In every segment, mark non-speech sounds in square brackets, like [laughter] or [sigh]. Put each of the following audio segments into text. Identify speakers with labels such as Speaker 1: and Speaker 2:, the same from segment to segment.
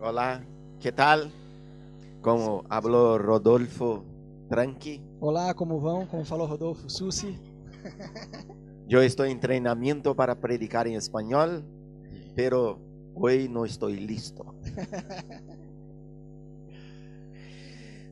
Speaker 1: Hola, ¿qué tal? Como habló Rodolfo Tranqui,
Speaker 2: Olá, como vão? Como falou Rodolfo Sussi,
Speaker 1: yo estoy en entrenamiento para predicar en español, pero hoy no estoy [laughs] listo.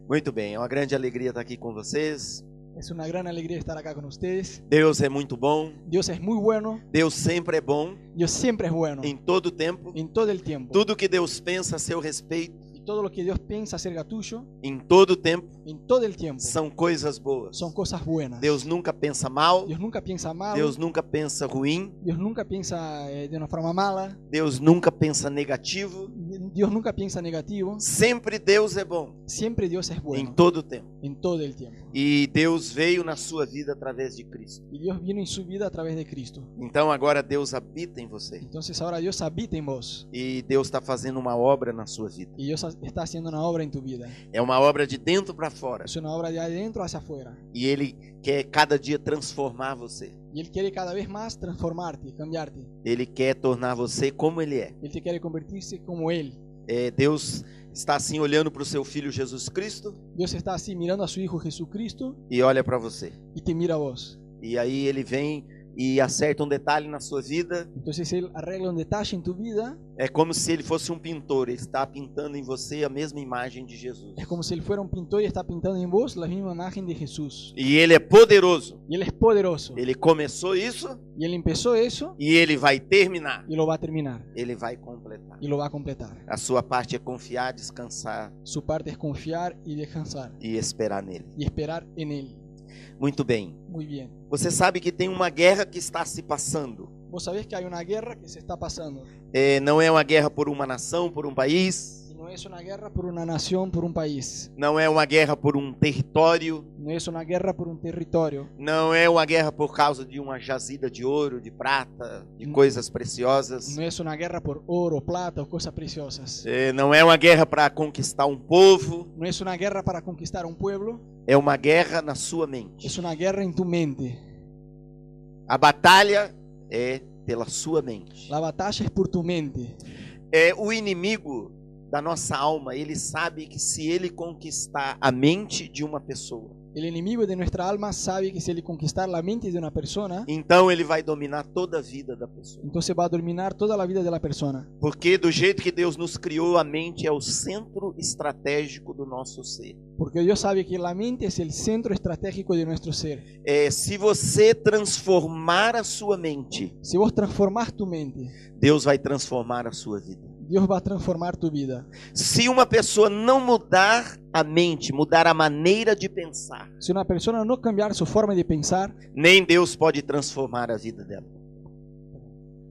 Speaker 1: Muito bem, é uma grande alegria estar aqui com vocês.
Speaker 2: es una gran alegría estar acá con ustedes.
Speaker 1: Deus é muito bom,
Speaker 2: Dios es muy bueno,
Speaker 1: Deus sempre é bom,
Speaker 2: Dios siempre es bueno,
Speaker 1: em todo tempo.
Speaker 2: en todo el tiempo.
Speaker 1: Tudo que Deus pensa a seu respeito,
Speaker 2: Y todo lo que Dios piensa acerca tuyo,
Speaker 1: em todo tempo,
Speaker 2: en todo el tiempo,
Speaker 1: são coisas boas.
Speaker 2: son cosas buenas.
Speaker 1: Deus nunca pensa mal,
Speaker 2: Dios nunca piensa mal,
Speaker 1: Deus nunca pensa ruim,
Speaker 2: Dios nunca piensa eh, de una forma mala,
Speaker 1: Deus nunca pensa negativo.
Speaker 2: Dios nunca piensa negativo.
Speaker 1: Sempre Deus é bom,
Speaker 2: Siempre Dios es
Speaker 1: em
Speaker 2: bueno,
Speaker 1: todo tempo.
Speaker 2: en todo el tiempo.
Speaker 1: E Deus veio na sua vida através de Cristo.
Speaker 2: Y Dios vino en su vida a través de Cristo.
Speaker 1: Então agora Deus habita em você.
Speaker 2: Entonces ahora Dios habita en vos.
Speaker 1: E Deus está fazendo uma obra na sua vida.
Speaker 2: Y Dios ha- está haciendo una obra en tu vida.
Speaker 1: É uma obra de dentro para fora.
Speaker 2: Es una obra de adentro hacia afuera.
Speaker 1: E Ele quer cada dia transformar você.
Speaker 2: Y Él quiere cada vez más transformarte, cambiarte.
Speaker 1: Ele quer tornar você como Ele é.
Speaker 2: Él te quiere convertirse como Él.
Speaker 1: É, Deus está assim olhando para o seu filho Jesus Cristo
Speaker 2: Dios está así mirando a su Hijo Jesucristo
Speaker 1: e olha para você.
Speaker 2: y te mira a vos.
Speaker 1: E aí ele vem e acerta um detalhe na sua vida.
Speaker 2: Entonces Él arregla un detalle en tu vida.
Speaker 1: É como se ele fosse um pintor, ele está pintando em você a mesma imagem de Jesus.
Speaker 2: Es É como si Él fuera un pintor y está pintando en vos la misma imagen de Jesús.
Speaker 1: E ele é poderoso.
Speaker 2: Y Él es poderoso.
Speaker 1: Ele começou isso
Speaker 2: Y Él empezó eso
Speaker 1: e ele vai terminar.
Speaker 2: y lo va a terminar.
Speaker 1: Ele vai completar.
Speaker 2: Y lo va a completar.
Speaker 1: A sua parte é confiar, descansar
Speaker 2: Su parte es confiar y descansar.
Speaker 1: e esperar nele.
Speaker 2: Y esperar en Él.
Speaker 1: Muito bem.
Speaker 2: Muy bien.
Speaker 1: Você sabe que tem uma guerra que está se passando.
Speaker 2: Vos sabés que hay una guerra que se está pasando.
Speaker 1: É, não é uma guerra por uma nação, por um país.
Speaker 2: Y no es una guerra por una nación, por un país.
Speaker 1: Não é uma guerra por um território.
Speaker 2: No es una guerra por un territorio.
Speaker 1: Não é uma guerra por causa de uma jazida de ouro, de prata, de coisas preciosas.
Speaker 2: No es una guerra por oro, plata o cosas preciosas.
Speaker 1: É, não é uma guerra para conquistar um povo.
Speaker 2: No es una guerra para conquistar un pueblo,
Speaker 1: É uma guerra na sua mente.
Speaker 2: es una guerra en tu mente.
Speaker 1: A batalha é pela sua mente.
Speaker 2: La batalla es por tu mente.
Speaker 1: É o inimigo da nossa alma. Ele sabe que se ele conquistar a mente de uma pessoa,
Speaker 2: El enemigo de nuestra alma sabe que si le conquistar la mente de una persona,
Speaker 1: então ele vai dominar toda a vida da pessoa.
Speaker 2: entonces va a dominar toda la vida de la persona.
Speaker 1: Porque do jeito que Deus nos criou, a mente é o centro estratégico do nosso ser.
Speaker 2: Porque Dios sabe que la mente es el centro estratégico de nuestro ser.
Speaker 1: É, se você transformar a sua mente,
Speaker 2: Si vos transformás tu mente,
Speaker 1: Deus vai transformar a sua vida.
Speaker 2: Dios va a transformar tu vida.
Speaker 1: Se uma pessoa não mudar a mente, mudar a maneira de pensar,
Speaker 2: Si una persona no cambiar su forma de pensar,
Speaker 1: nem Deus pode transformar a vida dela.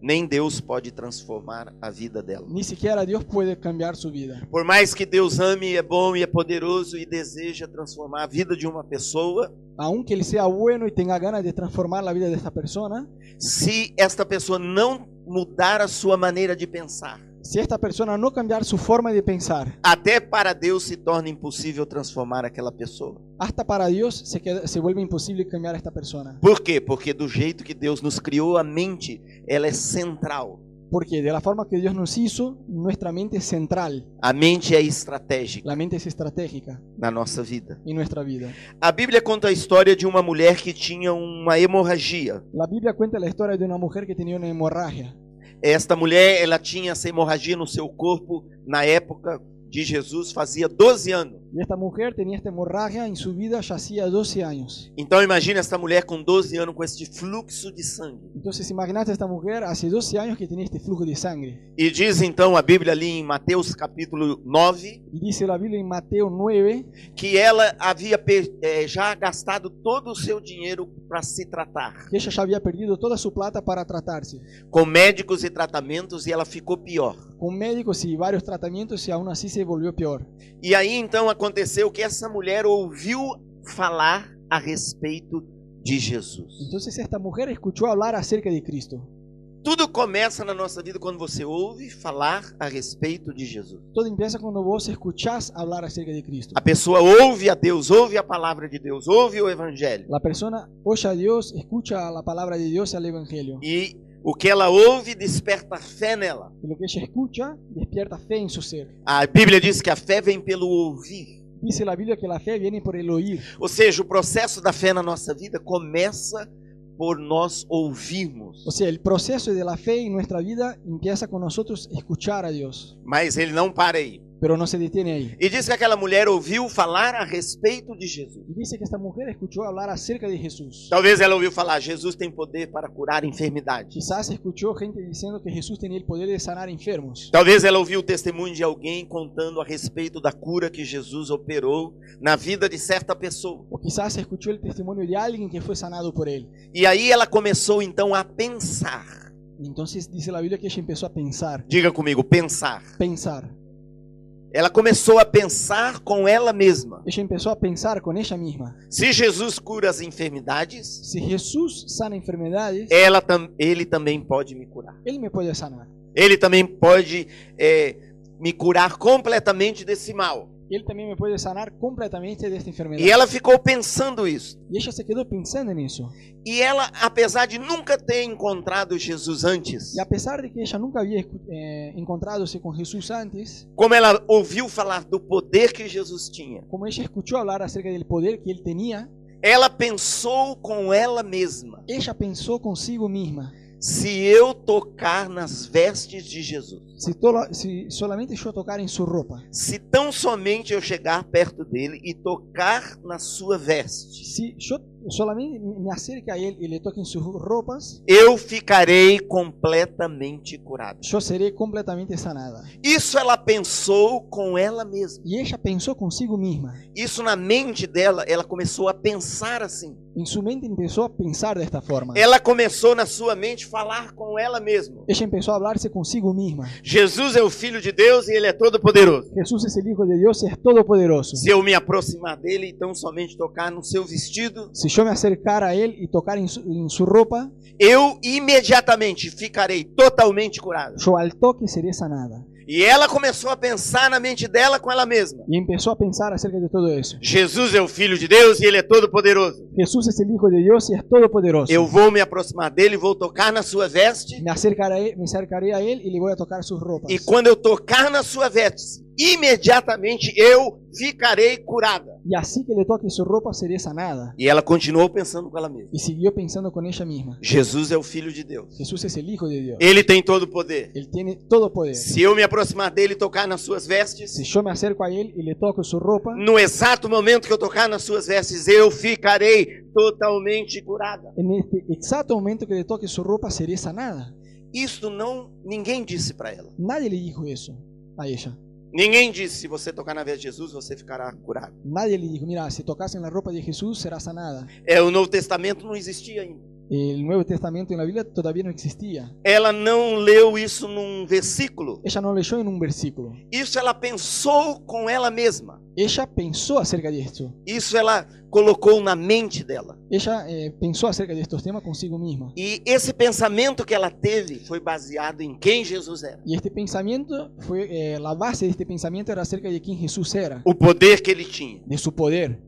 Speaker 1: Nem Deus pode transformar a vida dela.
Speaker 2: ni siquiera Dios puede cambiar su vida.
Speaker 1: Por mais que Deus ame, é bom e é poderoso e deseja transformar a vida de uma pessoa,
Speaker 2: Aunque Él sea bueno y tenga ganas de transformar la vida de esta persona,
Speaker 1: se esta pessoa não mudar a sua maneira de pensar,
Speaker 2: si esta persona no cambiar su forma de pensar,
Speaker 1: até para Deus se torna impossível transformar aquela pessoa.
Speaker 2: hasta para Dios se, queda- se vuelve imposible cambiar a esta persona.
Speaker 1: Por quê? Porque do jeito que Deus nos criou a mente, ela é central.
Speaker 2: Porque de la forma que Dios nos hizo, nuestra mente es central,
Speaker 1: A mente é estratégica
Speaker 2: la mente es estratégica
Speaker 1: na nossa vida.
Speaker 2: en nuestra vida.
Speaker 1: A Bíblia conta a história de uma mulher que tinha uma hemorragia.
Speaker 2: La Biblia cuenta la historia de una mujer que tenía una hemorragia.
Speaker 1: Esta mulher, ela tinha essa hemorragia no seu corpo na época de Jesus, fazia 12 anos.
Speaker 2: Y esta mujer tenía esta hemorragia en su vida ya hacía 12 años.
Speaker 1: Então imagina esta mulher com 12 anos com este fluxo de sangue.
Speaker 2: Entonces imagínate a esta mujer hace 12 años que tenía este flujo de sangre.
Speaker 1: E diz então a Bíblia ali em Mateus capítulo 9
Speaker 2: Y dice la Biblia en Mateo 9
Speaker 1: que ela havia per- eh, já gastado todo o seu dinheiro para se tratar,
Speaker 2: que ella ya había perdido toda su plata para tratarse,
Speaker 1: com médicos e tratamentos, e ela ficou pior.
Speaker 2: con médicos y varios tratamientos y aún así se volvió peor.
Speaker 1: E aí então aconteceu que essa mulher ouviu falar a respeito de Jesus.
Speaker 2: Entonces esta mujer escuchó hablar acerca de Cristo.
Speaker 1: Tudo começa na nossa vida quando você ouve falar a respeito de Jesus.
Speaker 2: Todo empieza cuando vos escuchás hablar acerca de Cristo.
Speaker 1: A pessoa ouve a Deus, ouve a palavra de Deus, ouve o evangelho.
Speaker 2: La persona oye a Dios, escucha la palabra de Dios y al Evangelio.
Speaker 1: E O que ela ouve desperta fé nela.
Speaker 2: Y lo que ella escucha despierta fe en su ser.
Speaker 1: A Bíblia diz que a fé vem pelo ouvir.
Speaker 2: Dice la Biblia que la fe viene por el oír.
Speaker 1: Ou seja, o processo da fé na nossa vida começa por nós ouvirmos.
Speaker 2: O sea, el proceso de la fe en nuestra vida empieza con nosotros escuchar a Dios,
Speaker 1: Mas ele não para aí.
Speaker 2: pero no se detiene ahí.
Speaker 1: E diz que aquela mulher ouviu falar a respeito de Jesus.
Speaker 2: Y dice que esta mujer escuchó hablar acerca de Jesús.
Speaker 1: Talvez ela ouviu falar: Jesus tem poder para curar enfermidades.
Speaker 2: Quizás escuchó gente diciendo que Jesús tenía el poder de sanar enfermos.
Speaker 1: Talvez ela ouviu o testemunho de alguém contando a respeito da cura que Jesus operou na vida de certa pessoa.
Speaker 2: O quizás escuchó el testimonio de alguien que fue sanado por él.
Speaker 1: E aí ela começou então a pensar.
Speaker 2: Y entonces dice la Biblia que ella empezó a pensar,
Speaker 1: Diga comigo, pensar.
Speaker 2: pensar.
Speaker 1: Ela começou a pensar com ela mesma.
Speaker 2: Ella empezó a pensar con ella misma.
Speaker 1: Se Jesus cura as enfermidades,
Speaker 2: Si Jesús sana enfermedades,
Speaker 1: ela tam- ele também pode me curar.
Speaker 2: Él me puede sanar.
Speaker 1: Ele também pode é, me curar completamente desse mal.
Speaker 2: Él también me puede sanar completamente de esta enfermedad.
Speaker 1: E ela ficou pensando isso.
Speaker 2: Y ella se quedó pensando en eso.
Speaker 1: E ela, apesar de nunca ter encontrado Jesus antes,
Speaker 2: Y a pesar de que ella nunca había escu- eh, encontradose con Jesús antes,
Speaker 1: como ela ouviu falar do poder que Jesus tinha,
Speaker 2: como ella escuchó hablar acerca del poder que Él tenía,
Speaker 1: ela pensou com ela mesma:
Speaker 2: ella pensó consigo misma,
Speaker 1: se eu tocar nas vestes de Jesus,
Speaker 2: si, tolo- si solamente yo tocar en su ropa,
Speaker 1: se tão somente eu chegar perto dele e tocar na sua veste,
Speaker 2: si yo solamente me acerque a Él y le toque en sus ropas,
Speaker 1: eu ficarei completamente curada.
Speaker 2: yo seré completamente sanada.
Speaker 1: Isso ela pensou com ela mesma.
Speaker 2: Y ella pensó consigo misma.
Speaker 1: Isso na mente dela, ela começou a pensar assim.
Speaker 2: En su mente empezó a pensar de esta forma.
Speaker 1: Ela começou na sua mente falar com ela mesma.
Speaker 2: Ella empezó a hablarse consigo misma.
Speaker 1: Jesus é o filho de Deus e ele é todo poderoso.
Speaker 2: Jesús es el Hijo de Dios y es todopoderoso.
Speaker 1: Se eu me aproximar dele, então somente tocar no seu vestido,
Speaker 2: Si yo me acercara a Él y tocar en su, en su ropa,
Speaker 1: eu imediatamente ficarei totalmente curado.
Speaker 2: yo al toque seré sanada.
Speaker 1: E ela começou a pensar na mente dela com ela mesma.
Speaker 2: Y empezó a pensar acerca de todo eso.
Speaker 1: Jesus é o filho de Deus e ele é todo poderoso.
Speaker 2: Jesús es el Hijo de Dios y es todopoderoso.
Speaker 1: Eu vou me aproximar dele, vou tocar na sua veste
Speaker 2: Me acercaré, me acercaré a Él y le voy a tocar sus ropas.
Speaker 1: E quando eu tocar na sua veste, imediatamente eu ficarei curada.
Speaker 2: Y así que le toque su ropa seré sanada.
Speaker 1: E ela continuou pensando com ela mesma.
Speaker 2: Y siguió pensando con ella misma.
Speaker 1: Jesus é o filho de Deus.
Speaker 2: Jesús es el Hijo de Dios.
Speaker 1: Ele tem todo o poder.
Speaker 2: Él tiene todo poder.
Speaker 1: Se eu me aproximar dele e tocar nas suas vestes,
Speaker 2: Si yo me acerco a Él y le toco su ropa,
Speaker 1: no exato momento que eu tocar nas suas vestes, eu ficarei totalmente curada.
Speaker 2: en este exacto momento que le toque su ropa seré sanada.
Speaker 1: Isso não ninguém disse para ela.
Speaker 2: Nadie le dijo eso a ella.
Speaker 1: Ninguém disse se você tocar na veste de Jesus, você ficará curado.
Speaker 2: Nadie le dijo, mira, si tocas en la ropa de Jesús será sanada.
Speaker 1: É, o Novo Testamento não existia ainda.
Speaker 2: El Nuevo Testamento en la Biblia todavía no existía.
Speaker 1: Ela não leu isso num versículo.
Speaker 2: Ella no leyó en un versículo.
Speaker 1: Isso ela pensou com ela mesma.
Speaker 2: Ella pensó acerca de esto.
Speaker 1: Isso ela colocou na mente dela.
Speaker 2: Ella eh, pensó acerca de estos temas consigo misma.
Speaker 1: E esse pensamento que ela teve foi baseado em quem Jesus era.
Speaker 2: Y este pensamiento fue, eh, la base de este pensamiento era acerca de quién Jesús era,
Speaker 1: O poder que ele tinha.
Speaker 2: de su poder.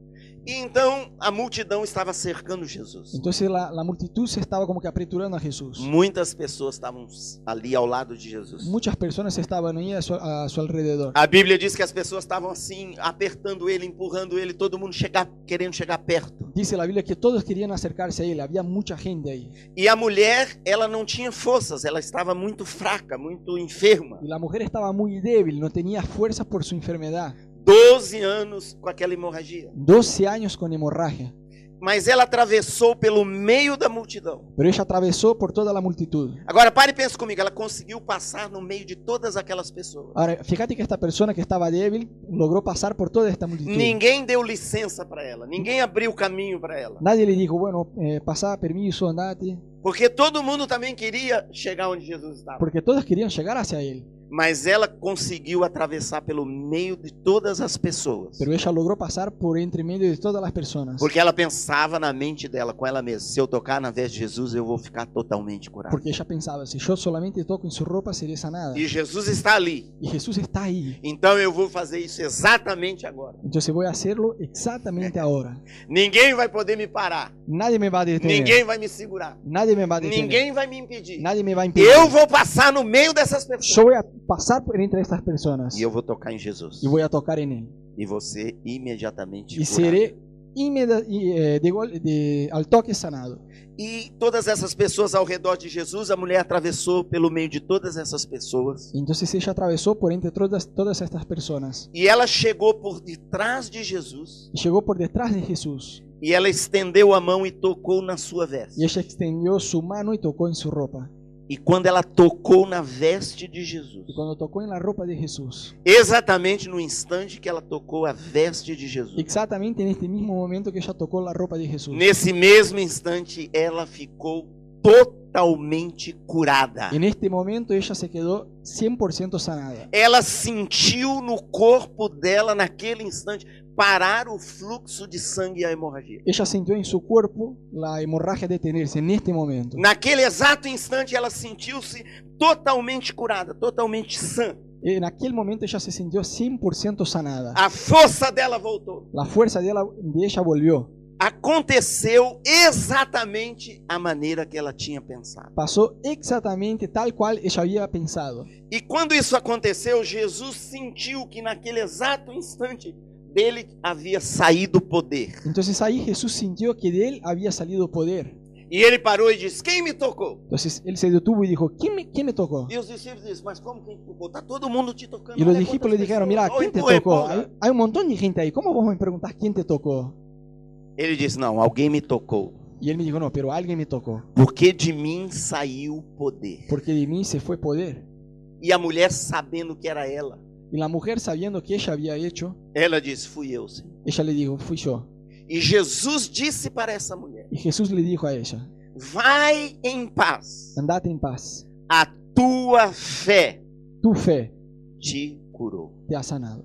Speaker 1: E então a multidão estava cercando Jesus.
Speaker 2: Entonces la, la multitud se estaba como que apreturando a Jesús.
Speaker 1: Muitas pessoas estavam ali ao lado de Jesus.
Speaker 2: Muchas personas estaban ahí a su, a su alrededor.
Speaker 1: A Bíblia diz que as pessoas estavam assim, apertando ele, empurrando ele, todo mundo chegar, querendo chegar perto.
Speaker 2: Dice la Biblia que todos querían acercarse a él, había mucha gente ahí.
Speaker 1: E a mulher, ela não tinha forças, ela estava muito fraca, muito enferma.
Speaker 2: Y la mujer estaba muy débil, no tenía fuerza por su enfermedad.
Speaker 1: 12 anos com aquela hemorragia.
Speaker 2: 12 años con hemorragia.
Speaker 1: Mas ela atravessou pelo meio da multidão.
Speaker 2: Pero ella atravesó por toda la multitud.
Speaker 1: Agora pare e pense comigo, ela conseguiu passar no meio de todas aquelas pessoas.
Speaker 2: Ahora, fíjate que esta persona que estaba débil logró pasar por toda esta multitud.
Speaker 1: Ninguém deu licença para ela, ninguém abriu caminho para ela,
Speaker 2: Nadie le dijo, bueno, eh, pasá, permiso, andate.
Speaker 1: porque todo mundo também queria chegar onde Jesus estava.
Speaker 2: Porque todos querían llegar hacia él.
Speaker 1: mas ela conseguiu atravessar pelo meio de todas as pessoas.
Speaker 2: Pero ella logró pasar por entre medio de todas las personas.
Speaker 1: Porque ela pensava na mente dela, com ela mesma: se eu tocar na vez de Jesus, eu vou ficar totalmente curado.
Speaker 2: Porque ella pensaba, si yo solamente toco en su ropa seré sanada.
Speaker 1: E Jesus está ali.
Speaker 2: Y Jesús está ahí.
Speaker 1: Então eu vou fazer isso exatamente agora.
Speaker 2: Entonces voy a hacerlo exactamente ahora.
Speaker 1: Ninguém vai poder me parar.
Speaker 2: Nadie me va a detener.
Speaker 1: Ninguém vai me segurar.
Speaker 2: Nadie me va a detener.
Speaker 1: Ninguém vai me impedir.
Speaker 2: Nadie me va a impedir.
Speaker 1: Eu vou passar no meio dessas pessoas.
Speaker 2: Yo voy a pasar por entre estas personas.
Speaker 1: E eu vou tocar em Jesus.
Speaker 2: y voy a tocar en él.
Speaker 1: E você imediatamente
Speaker 2: Y
Speaker 1: curado.
Speaker 2: seré inmedi- y, eh, de gol- de- al toque sanado.
Speaker 1: E todas essas pessoas ao redor de Jesus, a mulher atravessou pelo meio de todas essas pessoas.
Speaker 2: Entonces ella atravesó por entre todas, todas estas personas.
Speaker 1: E ela chegou por detrás de Jesus.
Speaker 2: Y llegó por detrás de Jesús.
Speaker 1: E ela estendeu a mão e tocou na sua
Speaker 2: Y
Speaker 1: veste.
Speaker 2: ella extendió su mano y tocó en su ropa.
Speaker 1: E quando ela tocou na veste de Jesus,
Speaker 2: Y cuando tocó en la ropa de Jesús,
Speaker 1: exatamente no instante que ela tocou a veste de Jesus,
Speaker 2: exactamente en este mismo momento que ella tocó la ropa de Jesús,
Speaker 1: nesse mesmo instante ela ficou totalmente curada.
Speaker 2: en este momento ella se quedó 100% sanada.
Speaker 1: Ela sentiu no corpo dela, naquele instante, parar o fluxo de sangue e a hemorragia.
Speaker 2: Ella sintió en su cuerpo la hemorragia detenerse en este momento.
Speaker 1: Naquele exato instante ela sentiu-se totalmente curada, totalmente sã.
Speaker 2: En aquel momento ella se sintió 100% sanada.
Speaker 1: A força dela voltou.
Speaker 2: La fuerza de, ella- de ella volvió.
Speaker 1: Aconteceu exatamente a maneira que ela tinha pensado.
Speaker 2: Pasó exactamente tal cual ella había pensado.
Speaker 1: E quando isso aconteceu, Jesus sentiu que naquele exato instante dele havia saído o poder.
Speaker 2: Entonces ahí Jesús sintió que de él había salido poder.
Speaker 1: E ele parou e disse: Quem me tocou?
Speaker 2: Entonces él se detuvo y dijo, ¿quién me, quién me tocó?
Speaker 1: E os discípulos disseram: Mas como quem te tocou? Está todo mundo te tocando.
Speaker 2: Y los
Speaker 1: olha
Speaker 2: discípulos le
Speaker 1: quantas
Speaker 2: dijeron,
Speaker 1: pessoas.
Speaker 2: mira,
Speaker 1: Ou
Speaker 2: ¿quién te
Speaker 1: empurra,
Speaker 2: tocó?
Speaker 1: empurra.
Speaker 2: Hay, hay un montón de gente ahí, ¿cómo vos me preguntás quién te tocó?
Speaker 1: Ele disse: Não, alguém me tocou.
Speaker 2: Y él me dijo, no, pero alguien me tocó,
Speaker 1: Porque de mim saiu o poder.
Speaker 2: porque de mí se fue poder.
Speaker 1: E a mulher, sabendo que era ela,
Speaker 2: Y la mujer, sabiendo que ella había hecho,
Speaker 1: ela disse: Fui eu, Senhor.
Speaker 2: ella le dijo, fui yo.
Speaker 1: E Jesus disse para essa mulher:
Speaker 2: Y Jesús le dijo a ella,
Speaker 1: Vai em paz.
Speaker 2: andate en paz,
Speaker 1: A tua fé
Speaker 2: tu fe
Speaker 1: te curou.
Speaker 2: te ha sanado,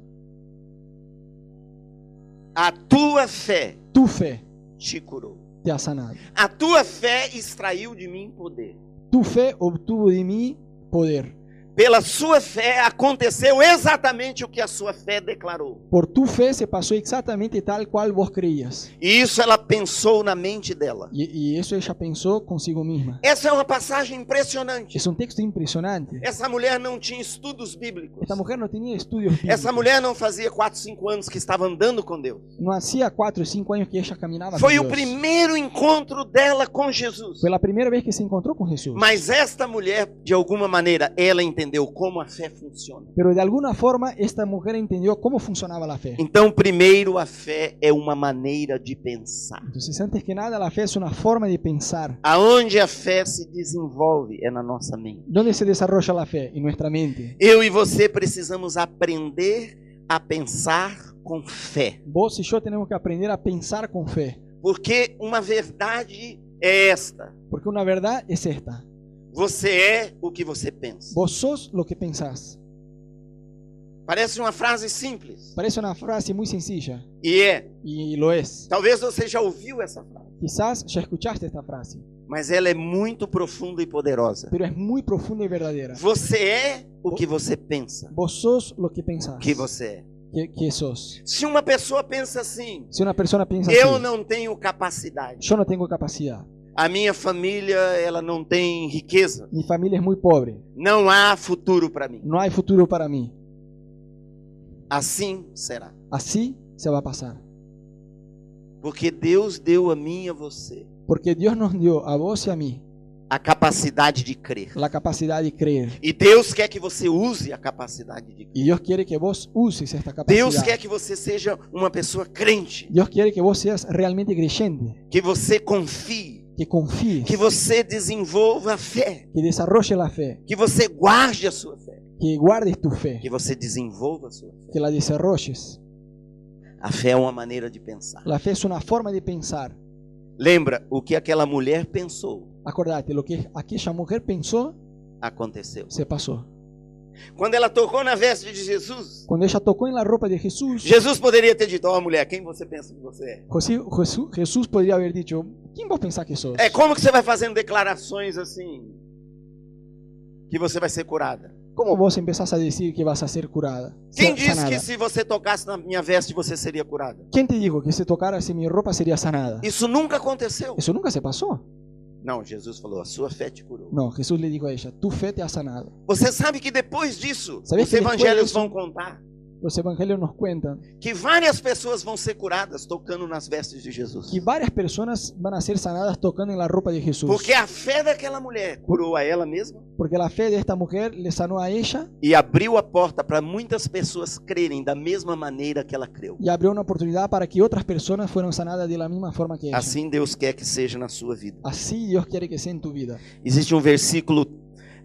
Speaker 1: A tua fé
Speaker 2: tu fe
Speaker 1: te curou.
Speaker 2: te ha sanado,
Speaker 1: A tua fé extraiu de mim poder.
Speaker 2: tu fe obtuvo de mí poder.
Speaker 1: Pela sua fé aconteceu exatamente o que a sua fé declarou.
Speaker 2: Por tu fe se pasó exactamente tal cual vos creías.
Speaker 1: E isso ela pensou na mente dela.
Speaker 2: Y, y eso ella pensó consigo misma.
Speaker 1: Essa é uma passagem impressionante.
Speaker 2: Es un texto impresionante.
Speaker 1: Essa mulher não tinha estudos bíblicos.
Speaker 2: Esta mujer no tenía estudios.
Speaker 1: Essa
Speaker 2: bíblicos.
Speaker 1: mulher não fazia 4, 5 anos que estava andando com Deus.
Speaker 2: No hacía cuatro o cinco años que ella caminaba.
Speaker 1: Foi
Speaker 2: con
Speaker 1: o
Speaker 2: Dios.
Speaker 1: primeiro encontro dela com Jesus.
Speaker 2: Fue la primera vez que se encontró con Jesús.
Speaker 1: Mas esta mulher, de alguma maneira, ela entendeu como a fé funciona.
Speaker 2: Pero de alguna forma esta mujer entendió cómo funcionaba la fe.
Speaker 1: Então, primeiro, a fé é uma maneira de pensar.
Speaker 2: Entonces, antes que nada, la fe es una forma de pensar.
Speaker 1: Aonde a fé se desenvolve é na nossa mente.
Speaker 2: ¿Dónde se desarrolla la fe? En nuestra mente.
Speaker 1: Eu e você precisamos aprender a pensar com fé.
Speaker 2: Vos y yo tenemos que aprender a pensar con fe.
Speaker 1: Porque uma verdade é esta:
Speaker 2: Porque una verdad es esta.
Speaker 1: você é o que você pensa.
Speaker 2: Vos sos lo que pensás.
Speaker 1: Parece uma frase simples.
Speaker 2: Parece una frase muy sencilla.
Speaker 1: E é.
Speaker 2: Y lo es.
Speaker 1: Talvez você já ouviu essa frase.
Speaker 2: Quizás ya escuchaste esta frase.
Speaker 1: Mas ela é muito profunda e poderosa.
Speaker 2: Pero es muy profunda y verdadera.
Speaker 1: Você é o que você pensa.
Speaker 2: Vos sos lo que pensás.
Speaker 1: Que você é.
Speaker 2: que, que sos.
Speaker 1: Se uma pessoa pensa assim,
Speaker 2: Si una persona piensa
Speaker 1: eu
Speaker 2: así,
Speaker 1: não tenho capacidade.
Speaker 2: yo no tengo capacidad.
Speaker 1: A minha família, ela não tem riqueza.
Speaker 2: Mi familia es muy pobre.
Speaker 1: Não há futuro para mim.
Speaker 2: No hay futuro para mí.
Speaker 1: Assim será.
Speaker 2: Así se va a pasar.
Speaker 1: Porque Deus deu a mim e a você
Speaker 2: Porque Dios nos dio a vos y a mí
Speaker 1: a capacidade de crer.
Speaker 2: la capacidad de creer.
Speaker 1: E Deus quer que você use a capacidade de crer.
Speaker 2: Y Dios quiere que vos uses esta capacidad.
Speaker 1: Deus quer que você seja uma pessoa crente,
Speaker 2: Dios quiere que vos seas realmente creyente,
Speaker 1: que você confie,
Speaker 2: que confíes,
Speaker 1: que você desenvolva a fé,
Speaker 2: que desarrolle la fe,
Speaker 1: que você guarde a sua fé,
Speaker 2: que guardes tu fe,
Speaker 1: que você desenvolva a sua fé.
Speaker 2: que la desarrolles.
Speaker 1: A fé é uma maneira de pensar.
Speaker 2: La fe es una forma de pensar.
Speaker 1: Lembra o que aquela mulher pensou?
Speaker 2: Acordate, lo que aquella mujer pensó
Speaker 1: Aconteceu.
Speaker 2: se pasó.
Speaker 1: Quando ela tocou na veste de Jesus,
Speaker 2: Cuando ella tocó en la ropa de Jesús,
Speaker 1: Jesus poderia ter dito: Ó mulher, quem você pensa que você é?
Speaker 2: José- Jesús, Jesús podría haber dicho, ¿quién vos pensás que sos?
Speaker 1: É como que você vai fazendo declarações assim que você vai ser curada.
Speaker 2: ¿Cómo vos empezás a decir que vas a ser curada?
Speaker 1: Quem
Speaker 2: sa-
Speaker 1: disse
Speaker 2: sanada?
Speaker 1: que se você tocasse na minha veste você seria curada?
Speaker 2: ¿Quién te dijo que si tocaras en mi ropa sería sanada?
Speaker 1: Isso nunca aconteceu.
Speaker 2: Eso nunca se pasó.
Speaker 1: Não, Jesus falou: a sua fé te curou.
Speaker 2: No, Jesús le dijo a ella, tu fe te ha sanado.
Speaker 1: Você sabe que depois disso
Speaker 2: Sabia
Speaker 1: os
Speaker 2: que depois
Speaker 1: evangelhos
Speaker 2: disso-
Speaker 1: vão contar
Speaker 2: Los evangelios nos cuentan
Speaker 1: que várias pessoas vão ser curadas tocando nas vestes de Jesus.
Speaker 2: que varias personas van a ser sanadas tocando en la ropa de Jesús.
Speaker 1: Porque a fé daquela mulher curou a ela mesma
Speaker 2: Porque la fe de esta mujer le sanó a ella
Speaker 1: e abriu a porta para muitas pessoas crerem da mesma maneira que ela creu.
Speaker 2: y abrió una oportunidad para que otras personas fueran sanadas de la misma forma que ella.
Speaker 1: Assim Deus quer que seja na sua vida.
Speaker 2: Así Dios quiere que sea en tu vida.
Speaker 1: Existe um versículo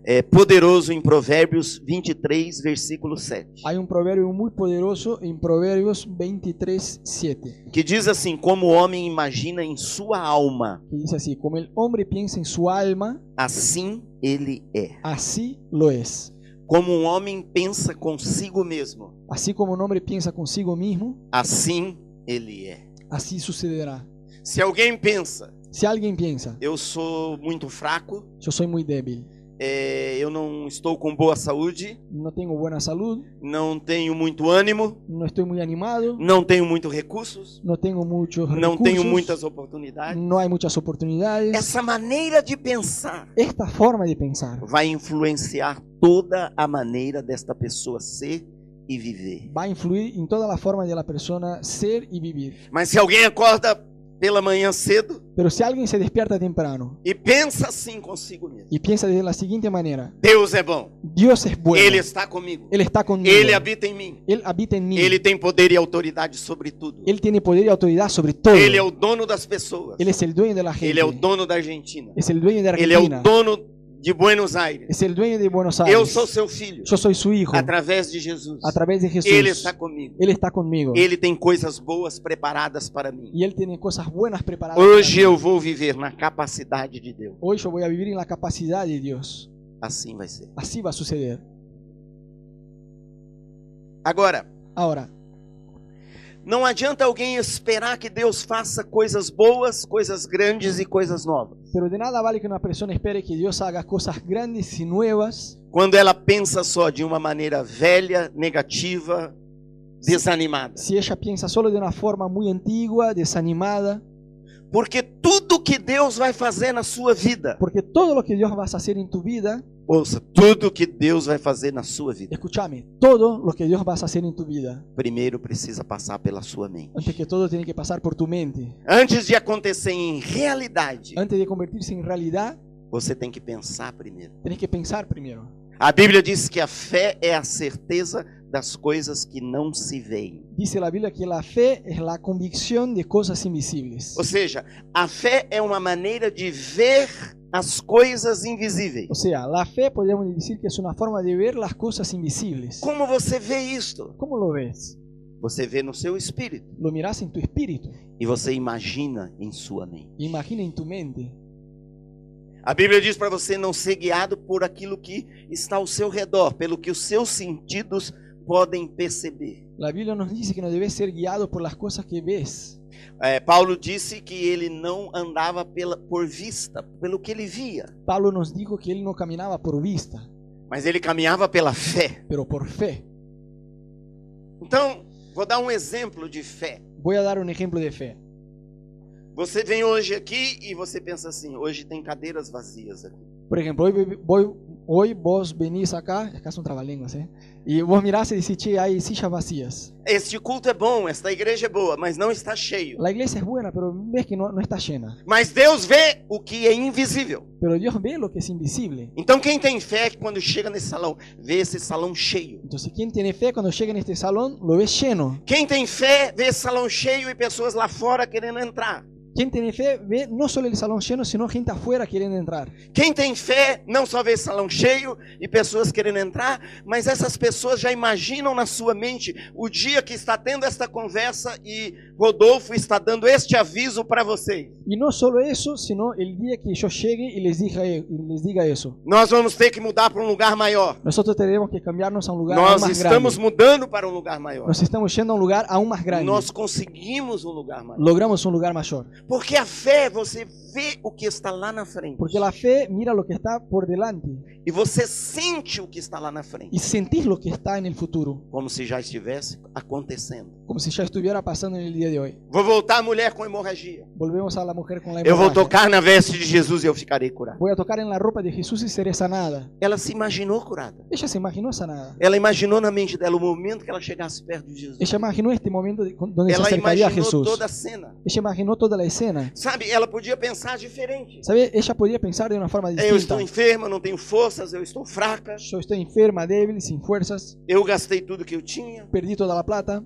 Speaker 1: eh, poderoso em Provérbios 23, versículo 7,
Speaker 2: Hay un proverbio muy poderoso en Proverbios 23, 7,
Speaker 1: que diz assim: Como o homem imagina em sua alma,
Speaker 2: que dice así, como el hombre piensa en su alma,
Speaker 1: assim ele é.
Speaker 2: así lo es.
Speaker 1: Como um homem pensa consigo mesmo,
Speaker 2: Así como un hombre piensa consigo mismo,
Speaker 1: assim ele é.
Speaker 2: así sucederá.
Speaker 1: Se alguém pensa,
Speaker 2: Si alguien piensa,
Speaker 1: eu sou muito fraco,
Speaker 2: yo soy muy débil,
Speaker 1: eh, eu não estou com boa saúde,
Speaker 2: no tengo buena salud,
Speaker 1: não tenho muito ânimo,
Speaker 2: no estoy muy animado,
Speaker 1: não tenho muitos recursos,
Speaker 2: no tengo muchos
Speaker 1: não tenho
Speaker 2: recursos,
Speaker 1: muitas oportunidades.
Speaker 2: no hay muchas oportunidades.
Speaker 1: Essa maneira de pensar
Speaker 2: Esta forma de pensar
Speaker 1: vai influenciar toda a maneira desta pessoa ser e viver.
Speaker 2: va a influir en toda la forma de la persona ser y vivir.
Speaker 1: Mas se alguém acorda pela manhã cedo
Speaker 2: Pero si alguien se despierta temprano
Speaker 1: e pensa assim consigo mesmo:
Speaker 2: y piensa de la siguiente manera,
Speaker 1: Deus é bom,
Speaker 2: Dios es bueno, é
Speaker 1: Ele está comigo,
Speaker 2: Él está conmigo,
Speaker 1: Ele habita em mim,
Speaker 2: Él habita en mí,
Speaker 1: Ele tem poder e autoridade sobre tudo,
Speaker 2: Él tiene poder y autoridad sobre todo,
Speaker 1: Ele é o dono das pessoas,
Speaker 2: Él es el dueño de la gente,
Speaker 1: Ele é o dono da Argentina,
Speaker 2: es el dueño de
Speaker 1: Ele é o
Speaker 2: Argentina,
Speaker 1: dono de Buenos Aires.
Speaker 2: es el dueño de Buenos Aires,
Speaker 1: Eu sou é seu filho,
Speaker 2: yo soy su hijo,
Speaker 1: através de Jesus,
Speaker 2: a través de Jesús,
Speaker 1: Ele é está comigo,
Speaker 2: Él está conmigo.
Speaker 1: Ele tem coisas boas preparadas para mim.
Speaker 2: y Él tiene cosas buenas preparadas. para
Speaker 1: Hoje
Speaker 2: mí.
Speaker 1: eu vou viver na capacidade de Deus.
Speaker 2: Hoy yo voy a vivir en la capacidad de Dios.
Speaker 1: Assim vai ser.
Speaker 2: Así va a suceder.
Speaker 1: Agora,
Speaker 2: Ahora,
Speaker 1: não adianta alguém esperar que Deus faça coisas boas, coisas grandes e coisas novas.
Speaker 2: pero de nada vale que una persona espere que Dios haga cosas grandes y nuevas
Speaker 1: Quando ela pensa só de uma maneira velha, negativa, desanimada.
Speaker 2: si ella piensa solo de una forma muy antigua, desanimada,
Speaker 1: Porque tudo que Deus vai fazer na sua vida,
Speaker 2: porque todo lo que Dios vas a hacer en tu vida,
Speaker 1: ouça, tudo que Deus vai fazer na sua vida,
Speaker 2: escúchame, todo lo que Dios vas a hacer en tu vida,
Speaker 1: primeiro precisa passar pela sua mente.
Speaker 2: antes que todo tiene que pasar por tu mente,
Speaker 1: Antes de acontecer em realidade,
Speaker 2: antes de convertirse en realidad,
Speaker 1: você tem que pensar primeiro.
Speaker 2: tenés que pensar primero.
Speaker 1: A Bíblia diz que a fé é a certeza das coisas que não se veem.
Speaker 2: Dice la Biblia que la fe es la convicción de cosas invisibles.
Speaker 1: Ou seja, a fé é uma maneira de ver as coisas invisíveis.
Speaker 2: O sea, la fe podríamos decir que es una forma de ver las cosas invisibles.
Speaker 1: Como você vê isto?
Speaker 2: ¿Cómo lo ves?
Speaker 1: Você vê no seu espírito
Speaker 2: Lo miras en tu espíritu,
Speaker 1: e você imagina em sua mente.
Speaker 2: imagina en tu mente.
Speaker 1: A Bíblia diz para você não ser guiado por aquilo que está ao seu redor, pelo que os seus sentidos podem perceber.
Speaker 2: La Biblia nos dice que no debes ser guiado por las cosas que ves.
Speaker 1: É, Paulo disse que ele não andava pela, por vista, pelo que ele via,
Speaker 2: Pablo nos dijo que él no caminaba por vista,
Speaker 1: mas ele caminhava pela fé.
Speaker 2: pero por fe.
Speaker 1: Então, vou dar um exemplo de fé.
Speaker 2: Voy a dar un ejemplo de fe.
Speaker 1: Você vem hoje aqui e você pensa assim: hoje tem cadeiras vazias aqui.
Speaker 2: Por ejemplo, hoy, vi- voy- hoy vos venís acá, acá son trabalenguas, ¿eh? Y vos mirás y decís, che, hay sillas vacías.
Speaker 1: Este culto é bom, esta igreja é boa, mas não está cheio.
Speaker 2: La iglesia es buena, pero ves que no, no está llena.
Speaker 1: Mas Deus vê o que é invisível.
Speaker 2: Pero Dios ve lo que es invisible.
Speaker 1: Então, quem tem fé, quando chega nesse salão, vê esse salão cheio.
Speaker 2: Entonces, quien tiene fe cuando llega en este salón lo ve lleno.
Speaker 1: Quem tem fé, vê esse salão cheio e pessoas lá fora querendo entrar.
Speaker 2: Quien tiene fe ve no solo el salón lleno, sino gente afuera queriendo entrar.
Speaker 1: Quem tem fé não só vê salão cheio e pessoas querendo entrar, mas essas pessoas já imaginam na sua mente o dia que está tendo esta conversa e Rodolfo está dando este aviso para vocês.
Speaker 2: Y no solo eso, sino el día que yo llegue y les diga, y les diga eso.
Speaker 1: Nós vamos ter que mudar para um lugar maior.
Speaker 2: Nosotros tenemos que cambiarnos a un lugar aún
Speaker 1: Nós
Speaker 2: más grande.
Speaker 1: estamos mudando para um lugar maior.
Speaker 2: Nos estamos yendo a un lugar aún más grande.
Speaker 1: Nós conseguimos um lugar maior.
Speaker 2: Logramos un lugar mayor.
Speaker 1: Porque a fé, você vê o que está lá na frente.
Speaker 2: Porque la fe mira lo que está por delante
Speaker 1: E você sente o que está lá na frente.
Speaker 2: y sentís lo que está en el futuro,
Speaker 1: Como se já estivesse acontecendo.
Speaker 2: como si ya estuviera pasando en el día de hoy.
Speaker 1: Vou voltar à mulher com hemorragia.
Speaker 2: Volvemos a la mujer con la
Speaker 1: Eu vou
Speaker 2: É hemorragia.
Speaker 1: tocar na veste de Jesus e eu ficarei curado.
Speaker 2: Voy a tocar en la ropa de Jesús y seré sanada.
Speaker 1: Ela se imaginou curada.
Speaker 2: Ella se imaginó sanada.
Speaker 1: Ela imaginou na mente dela o momento que ela chegasse perto de Jesus.
Speaker 2: Ella imaginó este momento de- con- donde se
Speaker 1: Ela
Speaker 2: acercaría a
Speaker 1: imaginou
Speaker 2: Jesús.
Speaker 1: toda a cena.
Speaker 2: Ella imaginó toda la escena.
Speaker 1: Sabe, ela podia pensar diferente.
Speaker 2: ¿Sabe? Ella podía pensar de una forma
Speaker 1: Eu
Speaker 2: distinta.
Speaker 1: estou enferma, não tenho forças, eu estou fraca.
Speaker 2: Yo estoy enferma, débil, sin fuerzas,
Speaker 1: Eu gastei tudo que eu tinha.
Speaker 2: perdí toda la plata.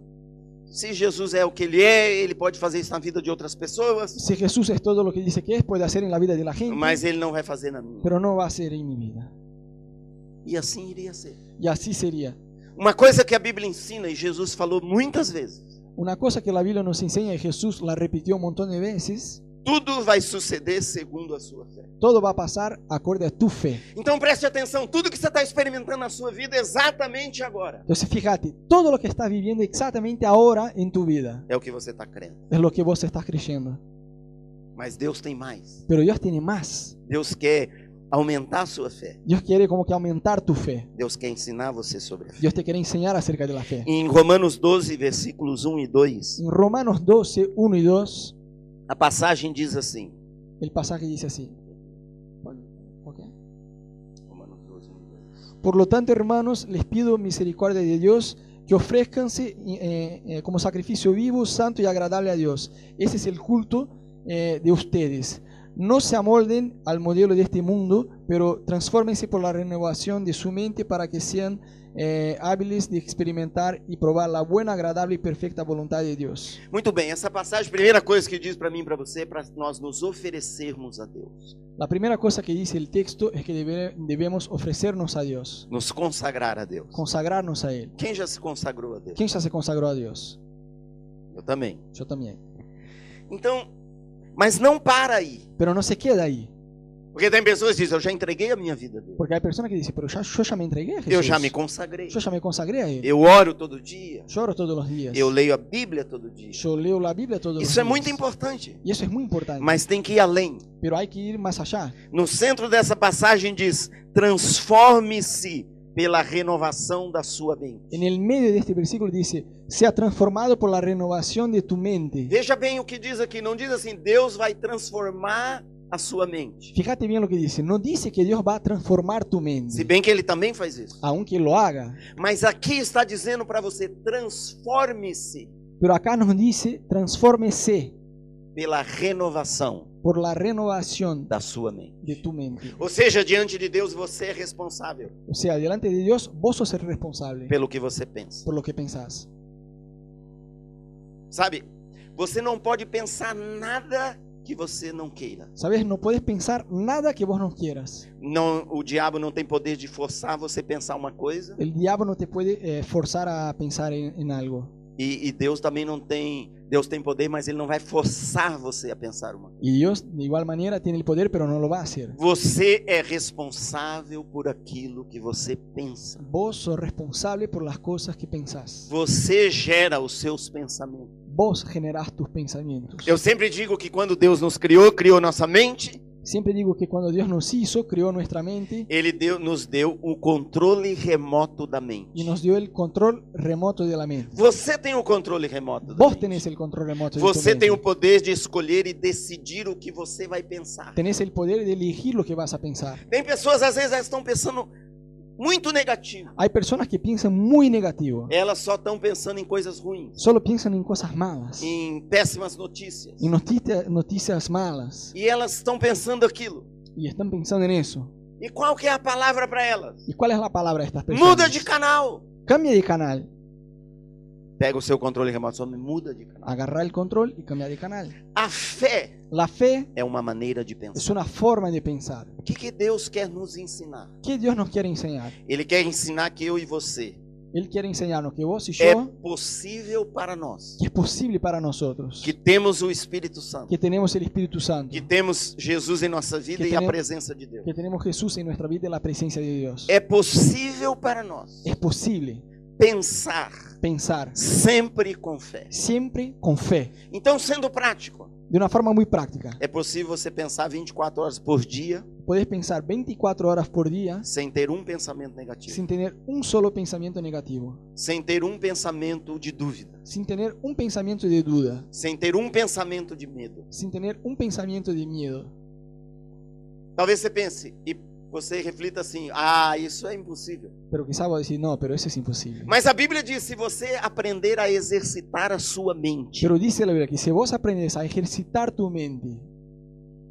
Speaker 1: Se Jesus é o que ele é, ele pode fazer isso na vida de outras pessoas,
Speaker 2: Si Jesús es todo lo que dice que es, puede hacer en la vida de la gente,
Speaker 1: mas ele não vai fazer na minha.
Speaker 2: pero no va a hacer en mi vida.
Speaker 1: E assim iria ser.
Speaker 2: Y así sería.
Speaker 1: Uma coisa que a Bíblia ensina e Jesus falou muitas vezes:
Speaker 2: Una cosa que la Biblia nos enseña y Jesús la repitió un montón de veces,
Speaker 1: tudo vai suceder segundo a sua fé.
Speaker 2: todo va a pasar acorde a tu fe.
Speaker 1: Então preste atenção, tudo que você está experimentando na sua vida exatamente agora
Speaker 2: Entonces fíjate, todo lo que estás viviendo exactamente ahora en tu vida
Speaker 1: é o que você está crendo.
Speaker 2: es lo que vos estás creyendo.
Speaker 1: Mas Deus tem mais.
Speaker 2: Pero Dios tiene más.
Speaker 1: Deus quer aumentar a sua fé.
Speaker 2: Dios quiere como que aumentar tu fe.
Speaker 1: Deus quer ensinar você sobre a fé.
Speaker 2: Dios te quiere enseñar acerca de la fe.
Speaker 1: Em Romanos 12, versículos 1 e 2,
Speaker 2: En Romanos 12, 1 y 2,
Speaker 1: a passagem diz assim:
Speaker 2: el pasaje dice así. Ok.
Speaker 1: Romanos 12, 1 e 2.
Speaker 2: Por lo tanto, hermanos, les pido misericordia de Dios, que ofrezcanse eh, eh, como sacrificio vivo, santo y agradable a Dios. Ese es el culto eh, de ustedes. No se amolden al modelo de este mundo, pero transfórmense por la renovación de su mente para que sean eh, hábiles de experimentar y probar la buena, agradable y perfecta voluntad de Dios.
Speaker 1: Muito bem, essa passagem, primeira coisa que diz para mim e para você é para nós nos oferecermos a Deus,
Speaker 2: La primera cosa que dice el texto es que debe- debemos ofrecernos a Dios,
Speaker 1: nos consagrar a Deus.
Speaker 2: consagrarnos a Él.
Speaker 1: Quem já se consagrou a Deus?
Speaker 2: ¿Quién ya se consagró a Dios?
Speaker 1: Eu também.
Speaker 2: Yo también.
Speaker 1: Então, mas não para aí.
Speaker 2: Pero no se queda ahí.
Speaker 1: Porque tem pessoas que dizem, eu já entreguei a minha vida a Deus.
Speaker 2: Porque hay personas que dicen, pero ya, yo ya me entregué a Jesús.
Speaker 1: é Eu já me consagrei.
Speaker 2: Yo ya me consagré a Él.
Speaker 1: Eu oro todo dia.
Speaker 2: Lloro todos los días.
Speaker 1: Eu leio a Bíblia todo dia.
Speaker 2: Yo leo la Biblia todos los días.
Speaker 1: Isso é muito importante.
Speaker 2: Y eso es muy importante.
Speaker 1: Mas tem que ir além.
Speaker 2: Pero hay que ir más allá.
Speaker 1: No centro dessa passagem diz: transforme-se pela renovação da sua mente.
Speaker 2: En el medio de este versículo dice, sea transformado por la renovación de tu mente.
Speaker 1: Veja bem o que diz aqui. Não diz assim, Deus vai transformar a sua mente.
Speaker 2: Fíjate bien lo que dice. No dice que Dios va a transformar tu
Speaker 1: Se
Speaker 2: mente,
Speaker 1: bem que ele também faz isso.
Speaker 2: aunque lo haga.
Speaker 1: Mas aqui está dizendo para você: transforme-se
Speaker 2: Pero acá nos dice, transfórmese
Speaker 1: pela renovação
Speaker 2: por la renovación
Speaker 1: da sua mente.
Speaker 2: de tu mente.
Speaker 1: Ou seja, diante de Deus você é responsável
Speaker 2: O sea, delante de Dios, vos sos el responsable
Speaker 1: pelo que você pensa.
Speaker 2: por lo que pensás.
Speaker 1: Sabe? Você não pode pensar nada que você não queira.
Speaker 2: ¿Sabes? No puedes pensar nada que vos no quieras.
Speaker 1: Não, o diabo não tem poder de forçar você a pensar uma coisa
Speaker 2: El diablo no te puede eh, forzar a pensar en, en algo.
Speaker 1: e, e Deus também não tem. Deus tem poder, mas ele não vai forçar você a pensar uma. coisa.
Speaker 2: Y Dios, de igual manera, tiene el poder, pero no lo va a hacer.
Speaker 1: Você é responsável por aquilo que você pensa.
Speaker 2: Vos sos responsable por las cosas que pensás.
Speaker 1: Você gera os seus pensamentos.
Speaker 2: Vos generás tus pensamientos.
Speaker 1: Eu sempre digo que quando Deus nos criou, criou nossa mente,
Speaker 2: Siempre digo que cuando Dios nos hizo, creó nuestra mente
Speaker 1: ele deu, nos deu o controle remoto da mente.
Speaker 2: y nos dio el control remoto de la mente.
Speaker 1: Você tem o controle remoto da
Speaker 2: Vos
Speaker 1: mente.
Speaker 2: tenés el control remoto de tu
Speaker 1: Você tem o
Speaker 2: mente.
Speaker 1: poder de escolher e decidir o que você vai pensar.
Speaker 2: Tenés el poder de elegir lo que vas a pensar.
Speaker 1: Tem pessoas, às vezes, elas estão pensando muito negativo.
Speaker 2: Hay personas que piensan muy negativo.
Speaker 1: Elas só estão pensando em coisas ruins,
Speaker 2: Solo piensan en cosas malas.
Speaker 1: em péssimas notícias.
Speaker 2: y noticias, noticias malas
Speaker 1: E elas estão pensando aquilo.
Speaker 2: y están pensando en eso.
Speaker 1: E qual que é a palavra para elas?
Speaker 2: ¿Y cuál es la palabra de estas personas?
Speaker 1: Muda de canal.
Speaker 2: Cambia de canal.
Speaker 1: Pega o seu controle remoto, só me muda de canal.
Speaker 2: agarrar el control y cambiar de canal.
Speaker 1: A fé
Speaker 2: La fe
Speaker 1: é uma maneira de pensar.
Speaker 2: es una forma de pensar.
Speaker 1: O que, que Deus quer nos ensinar?
Speaker 2: ¿Qué Dios nos quiere enseñar?
Speaker 1: Ele quer ensinar que eu e você
Speaker 2: Él quiere enseñarnos que vos y
Speaker 1: é
Speaker 2: yo,
Speaker 1: possível para nós,
Speaker 2: que es posible para nosotros,
Speaker 1: que temos o Espírito Santo,
Speaker 2: que tenemos el Espíritu Santo,
Speaker 1: que temos Jesus em nossa vida
Speaker 2: Que
Speaker 1: e a
Speaker 2: tenemos-
Speaker 1: presença de Deus.
Speaker 2: que tenemos Jesús en nuestra vida y la presencia de Dios.
Speaker 1: É possível para nós
Speaker 2: Es posible
Speaker 1: pensar
Speaker 2: pensar
Speaker 1: sempre com fé.
Speaker 2: siempre con fe,
Speaker 1: Então, sendo prático,
Speaker 2: de una forma muy práctica.
Speaker 1: é possível você pensar 24 horas por dia
Speaker 2: Podés pensar 24 horas por día
Speaker 1: sem ter um pensamento negativo,
Speaker 2: sin tener un solo pensamiento negativo,
Speaker 1: sem ter um pensamento de dúvida,
Speaker 2: sin tener un pensamiento de duda,
Speaker 1: sem ter um pensamento de medo.
Speaker 2: sin tener un pensamiento de miedo.
Speaker 1: Talvez você pense e você reflita assim: ah, isso é impossível.
Speaker 2: Pero quizá vos decís, no, pero eso es imposible.
Speaker 1: Mas a Bíblia diz: se você aprender a exercitar a sua mente,
Speaker 2: Pero dice la Biblia que si vos aprendes a ejercitar tu mente,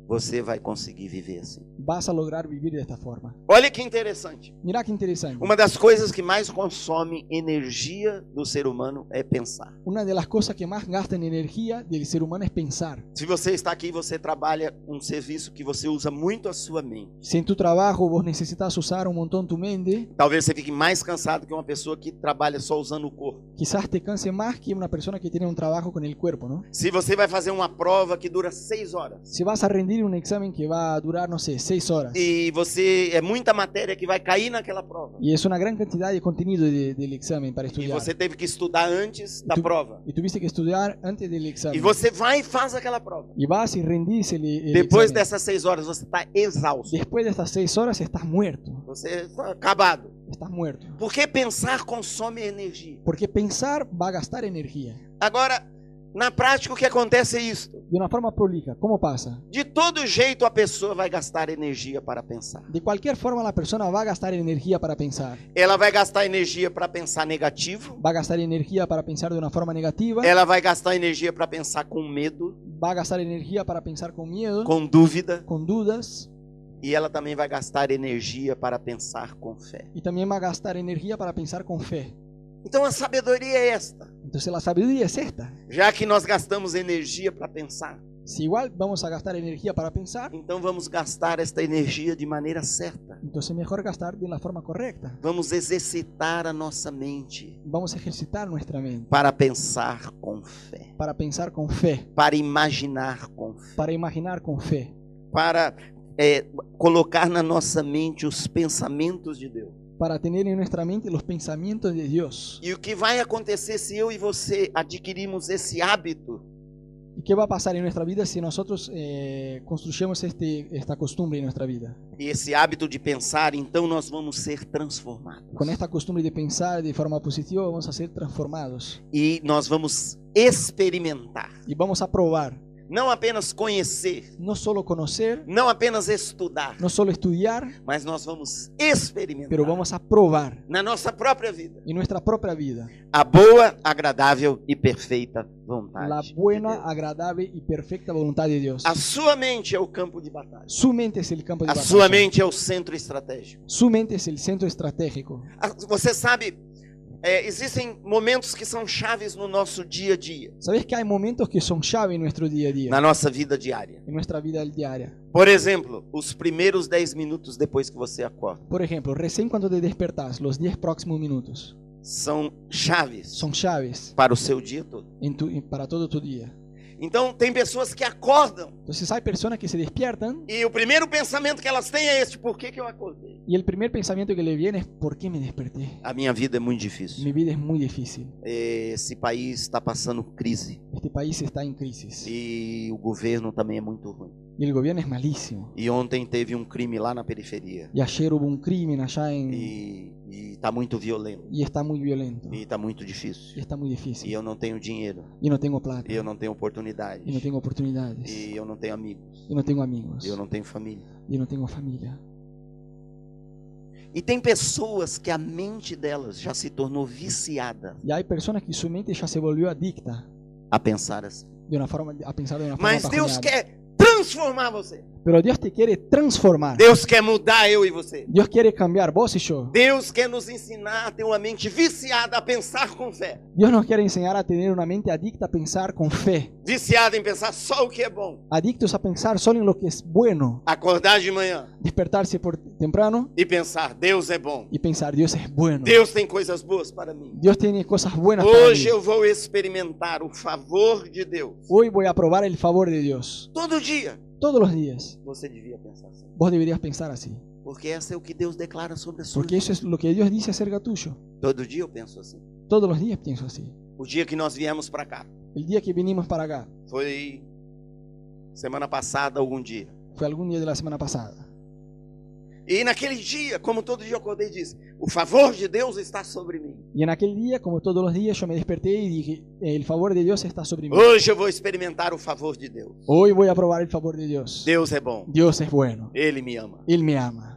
Speaker 1: você vai conseguir viver assim.
Speaker 2: vas a lograr vivir de esta forma.
Speaker 1: Olha que interessante.
Speaker 2: Mirá qué interesante.
Speaker 1: Uma das coisas que mais consome energia do ser humano é pensar.
Speaker 2: Una de las cosas que más gastan energía del ser humano es pensar.
Speaker 1: Se você está aqui, você trabalha um serviço que você usa muito a sua mente.
Speaker 2: Si en tu trabajo vos necesitas usar un montón tu mente,
Speaker 1: Talvez você fique mais cansado que uma pessoa que trabalha só usando o corpo.
Speaker 2: quizás te canse más que una persona que tiene un trabajo con el cuerpo, ¿no?
Speaker 1: Se você vai fazer uma prova que dura seis horas
Speaker 2: Si vas a rendir un examen que va a durar, no sé, seis horas,
Speaker 1: e você é muita matéria que vai cair naquela prova
Speaker 2: y es una gran cantidad de contenido de- del examen para
Speaker 1: e
Speaker 2: estudiar,
Speaker 1: você teve que estudar antes da
Speaker 2: Tu-
Speaker 1: prova
Speaker 2: y tuviste que estudiar antes del
Speaker 1: e
Speaker 2: examen,
Speaker 1: você vai e faz aquela prova.
Speaker 2: y vas y rendís el, el
Speaker 1: Depois
Speaker 2: examen.
Speaker 1: dessas seis horas você está exausto,
Speaker 2: Después de estas seis horas estás muerto,
Speaker 1: você está acabado.
Speaker 2: estás muerto.
Speaker 1: Porque pensar consome energia.
Speaker 2: Porque pensar va a gastar energía.
Speaker 1: Agora, na prática o que acontece é isso.
Speaker 2: De una forma prolija, ¿cómo pasa?
Speaker 1: De todo jeito a pessoa vai gastar energia para pensar.
Speaker 2: De cualquier forma la persona va a gastar energía para pensar.
Speaker 1: Ela vai gastar energia para pensar negativo.
Speaker 2: Va a gastar energía para pensar de una forma negativa.
Speaker 1: Ela vai gastar energia para pensar com medo,
Speaker 2: Va a gastar energía para pensar con miedo,
Speaker 1: com dúvida,
Speaker 2: con dudas.
Speaker 1: e ela também vai gastar energia para pensar com fé.
Speaker 2: Y también va a gastar energía para pensar con fe.
Speaker 1: Então a sabedoria é esta.
Speaker 2: Entonces la sabiduría es esta.
Speaker 1: Já que nós gastamos energia para pensar,
Speaker 2: Si igual vamos a gastar energía para pensar,
Speaker 1: então vamos gastar esta energia de maneira certa.
Speaker 2: entonces mejor gastar de la forma correcta.
Speaker 1: Vamos exercitar a nossa mente
Speaker 2: Vamos a ejercitar nuestra mente
Speaker 1: para pensar com fé,
Speaker 2: para pensar con fe,
Speaker 1: para imaginar com fé,
Speaker 2: para imaginar con fe,
Speaker 1: para é, colocar na nossa mente os pensamentos de Deus.
Speaker 2: para tener en nuestra mente los pensamientos de Dios.
Speaker 1: E o que vai acontecer se eu e você adquirirmos esse hábito
Speaker 2: ¿Y qué va a pasar en nuestra vida si nosotros eh, construyemos este, esta costumbre en nuestra vida?
Speaker 1: e esse hábito de pensar, então nós vamos ser transformados.
Speaker 2: Con esta costumbre de pensar de forma positiva vamos a ser transformados
Speaker 1: E nós vamos experimentar,
Speaker 2: y vamos a probar,
Speaker 1: não apenas conhecer,
Speaker 2: no solo conocer,
Speaker 1: não apenas estudar,
Speaker 2: no solo estudiar,
Speaker 1: mas nós vamos experimentar
Speaker 2: pero vamos a probar
Speaker 1: na nossa própria vida
Speaker 2: en nuestra propia vida
Speaker 1: a boa, agradável e perfeita vontade.
Speaker 2: la
Speaker 1: de
Speaker 2: buena,
Speaker 1: Deus.
Speaker 2: agradable y perfecta voluntad de Dios.
Speaker 1: A sua mente é o campo de batalha.
Speaker 2: Su mente es el campo de
Speaker 1: A sua
Speaker 2: batalla.
Speaker 1: mente é o centro estratégico.
Speaker 2: Su mente es el centro estratégico.
Speaker 1: Ah, Você sabe, é, existem momentos que são chaves no nosso dia a dia,
Speaker 2: Sabes que hay momentos que son llave en nuestro día a día,
Speaker 1: na nossa vida diária.
Speaker 2: en nuestra vida diaria.
Speaker 1: Por exemplo, os primeiros 10 minutos depois que você acorda
Speaker 2: Por ejemplo, recién cuando te despertás, los 10 próximos minutos.
Speaker 1: são chaves
Speaker 2: son llaves
Speaker 1: para o seu dia todo.
Speaker 2: en tu- en- para todo tu día.
Speaker 1: Então, tem pessoas que acordam
Speaker 2: Entonces hay personas que se despiertan
Speaker 1: e o primeiro pensamento que elas têm é este: por que, que eu acordei?
Speaker 2: y el primer pensamiento que le viene es ¿por qué me desperté?
Speaker 1: A minha vida é muito difícil.
Speaker 2: Mi vida es muy difícil.
Speaker 1: Esse país está passando crise
Speaker 2: Este país está en crisis
Speaker 1: e o governo também é muito ruim.
Speaker 2: y el gobierno es malíssimo.
Speaker 1: E ontem teve um crime lá na periferia
Speaker 2: Y ayer hubo un crimen allá en
Speaker 1: e está muito violento
Speaker 2: y está muy violento
Speaker 1: e está muito
Speaker 2: y
Speaker 1: difícil.
Speaker 2: está muy
Speaker 1: E
Speaker 2: difícil.
Speaker 1: eu não tenho dinheiro,
Speaker 2: Y no tengo plata
Speaker 1: e eu não tenho oportunidade,
Speaker 2: y no tengo oportunidades
Speaker 1: e eu não tenho amigos,
Speaker 2: y no tengo amigos
Speaker 1: e eu não tenho família.
Speaker 2: y no tengo familia.
Speaker 1: E tem pessoas que a mente delas já se tornou viciada
Speaker 2: Y hay personas que su mente ya se volvió adicta
Speaker 1: a pensar assim.
Speaker 2: de una forma a pensar de una forma
Speaker 1: Mas Deus
Speaker 2: apasionada.
Speaker 1: quer transformar você.
Speaker 2: Pero Dios te quiere transformar.
Speaker 1: Deus quer mudar eu e você.
Speaker 2: Dios quiere cambiar vos y yo.
Speaker 1: Deus quer nos ensinar a ter uma mente viciada a pensar com fé.
Speaker 2: Dios nos quiere enseñar a tener una mente adicta a pensar con fe.
Speaker 1: Viciada em pensar só o que é bom.
Speaker 2: Adictos a pensar solo en lo que es bueno.
Speaker 1: Acordar de manhã
Speaker 2: Despertarse por temprano
Speaker 1: e pensar: Deus é bom.
Speaker 2: y pensar Dios es bueno.
Speaker 1: Deus tem coisas boas para mim.
Speaker 2: Dios tiene cosas buenas para mí.
Speaker 1: Hoje eu vou experimentar o favor de Deus.
Speaker 2: Hoy voy a probar el favor de Dios.
Speaker 1: Todo dia
Speaker 2: Todos los días
Speaker 1: você devia pensar assim.
Speaker 2: vos deberías pensar así.
Speaker 1: Porque essa é o que Deus declara sobre a sua
Speaker 2: Porque
Speaker 1: vida.
Speaker 2: eso es lo que Dios dice acerca tuyo.
Speaker 1: Todo dia eu penso assim.
Speaker 2: Todos los días pienso así.
Speaker 1: O dia que nós viemos para cá
Speaker 2: El día que vinimos para acá
Speaker 1: foi semana passada, algum dia.
Speaker 2: fue algún día de la semana pasada.
Speaker 1: E naquele dia, como todo dia eu acordei e disse: O favor de Deus está sobre mí.
Speaker 2: Y en aquel día, como todos los días, yo me desperté y dije, el favor de Dios está sobre mí.
Speaker 1: Hoje eu vou experimentar o favor de Deus.
Speaker 2: Hoy voy a probar el favor de Dios.
Speaker 1: Deus é bom.
Speaker 2: Dios es bueno.
Speaker 1: Ele me ama.
Speaker 2: Él me ama.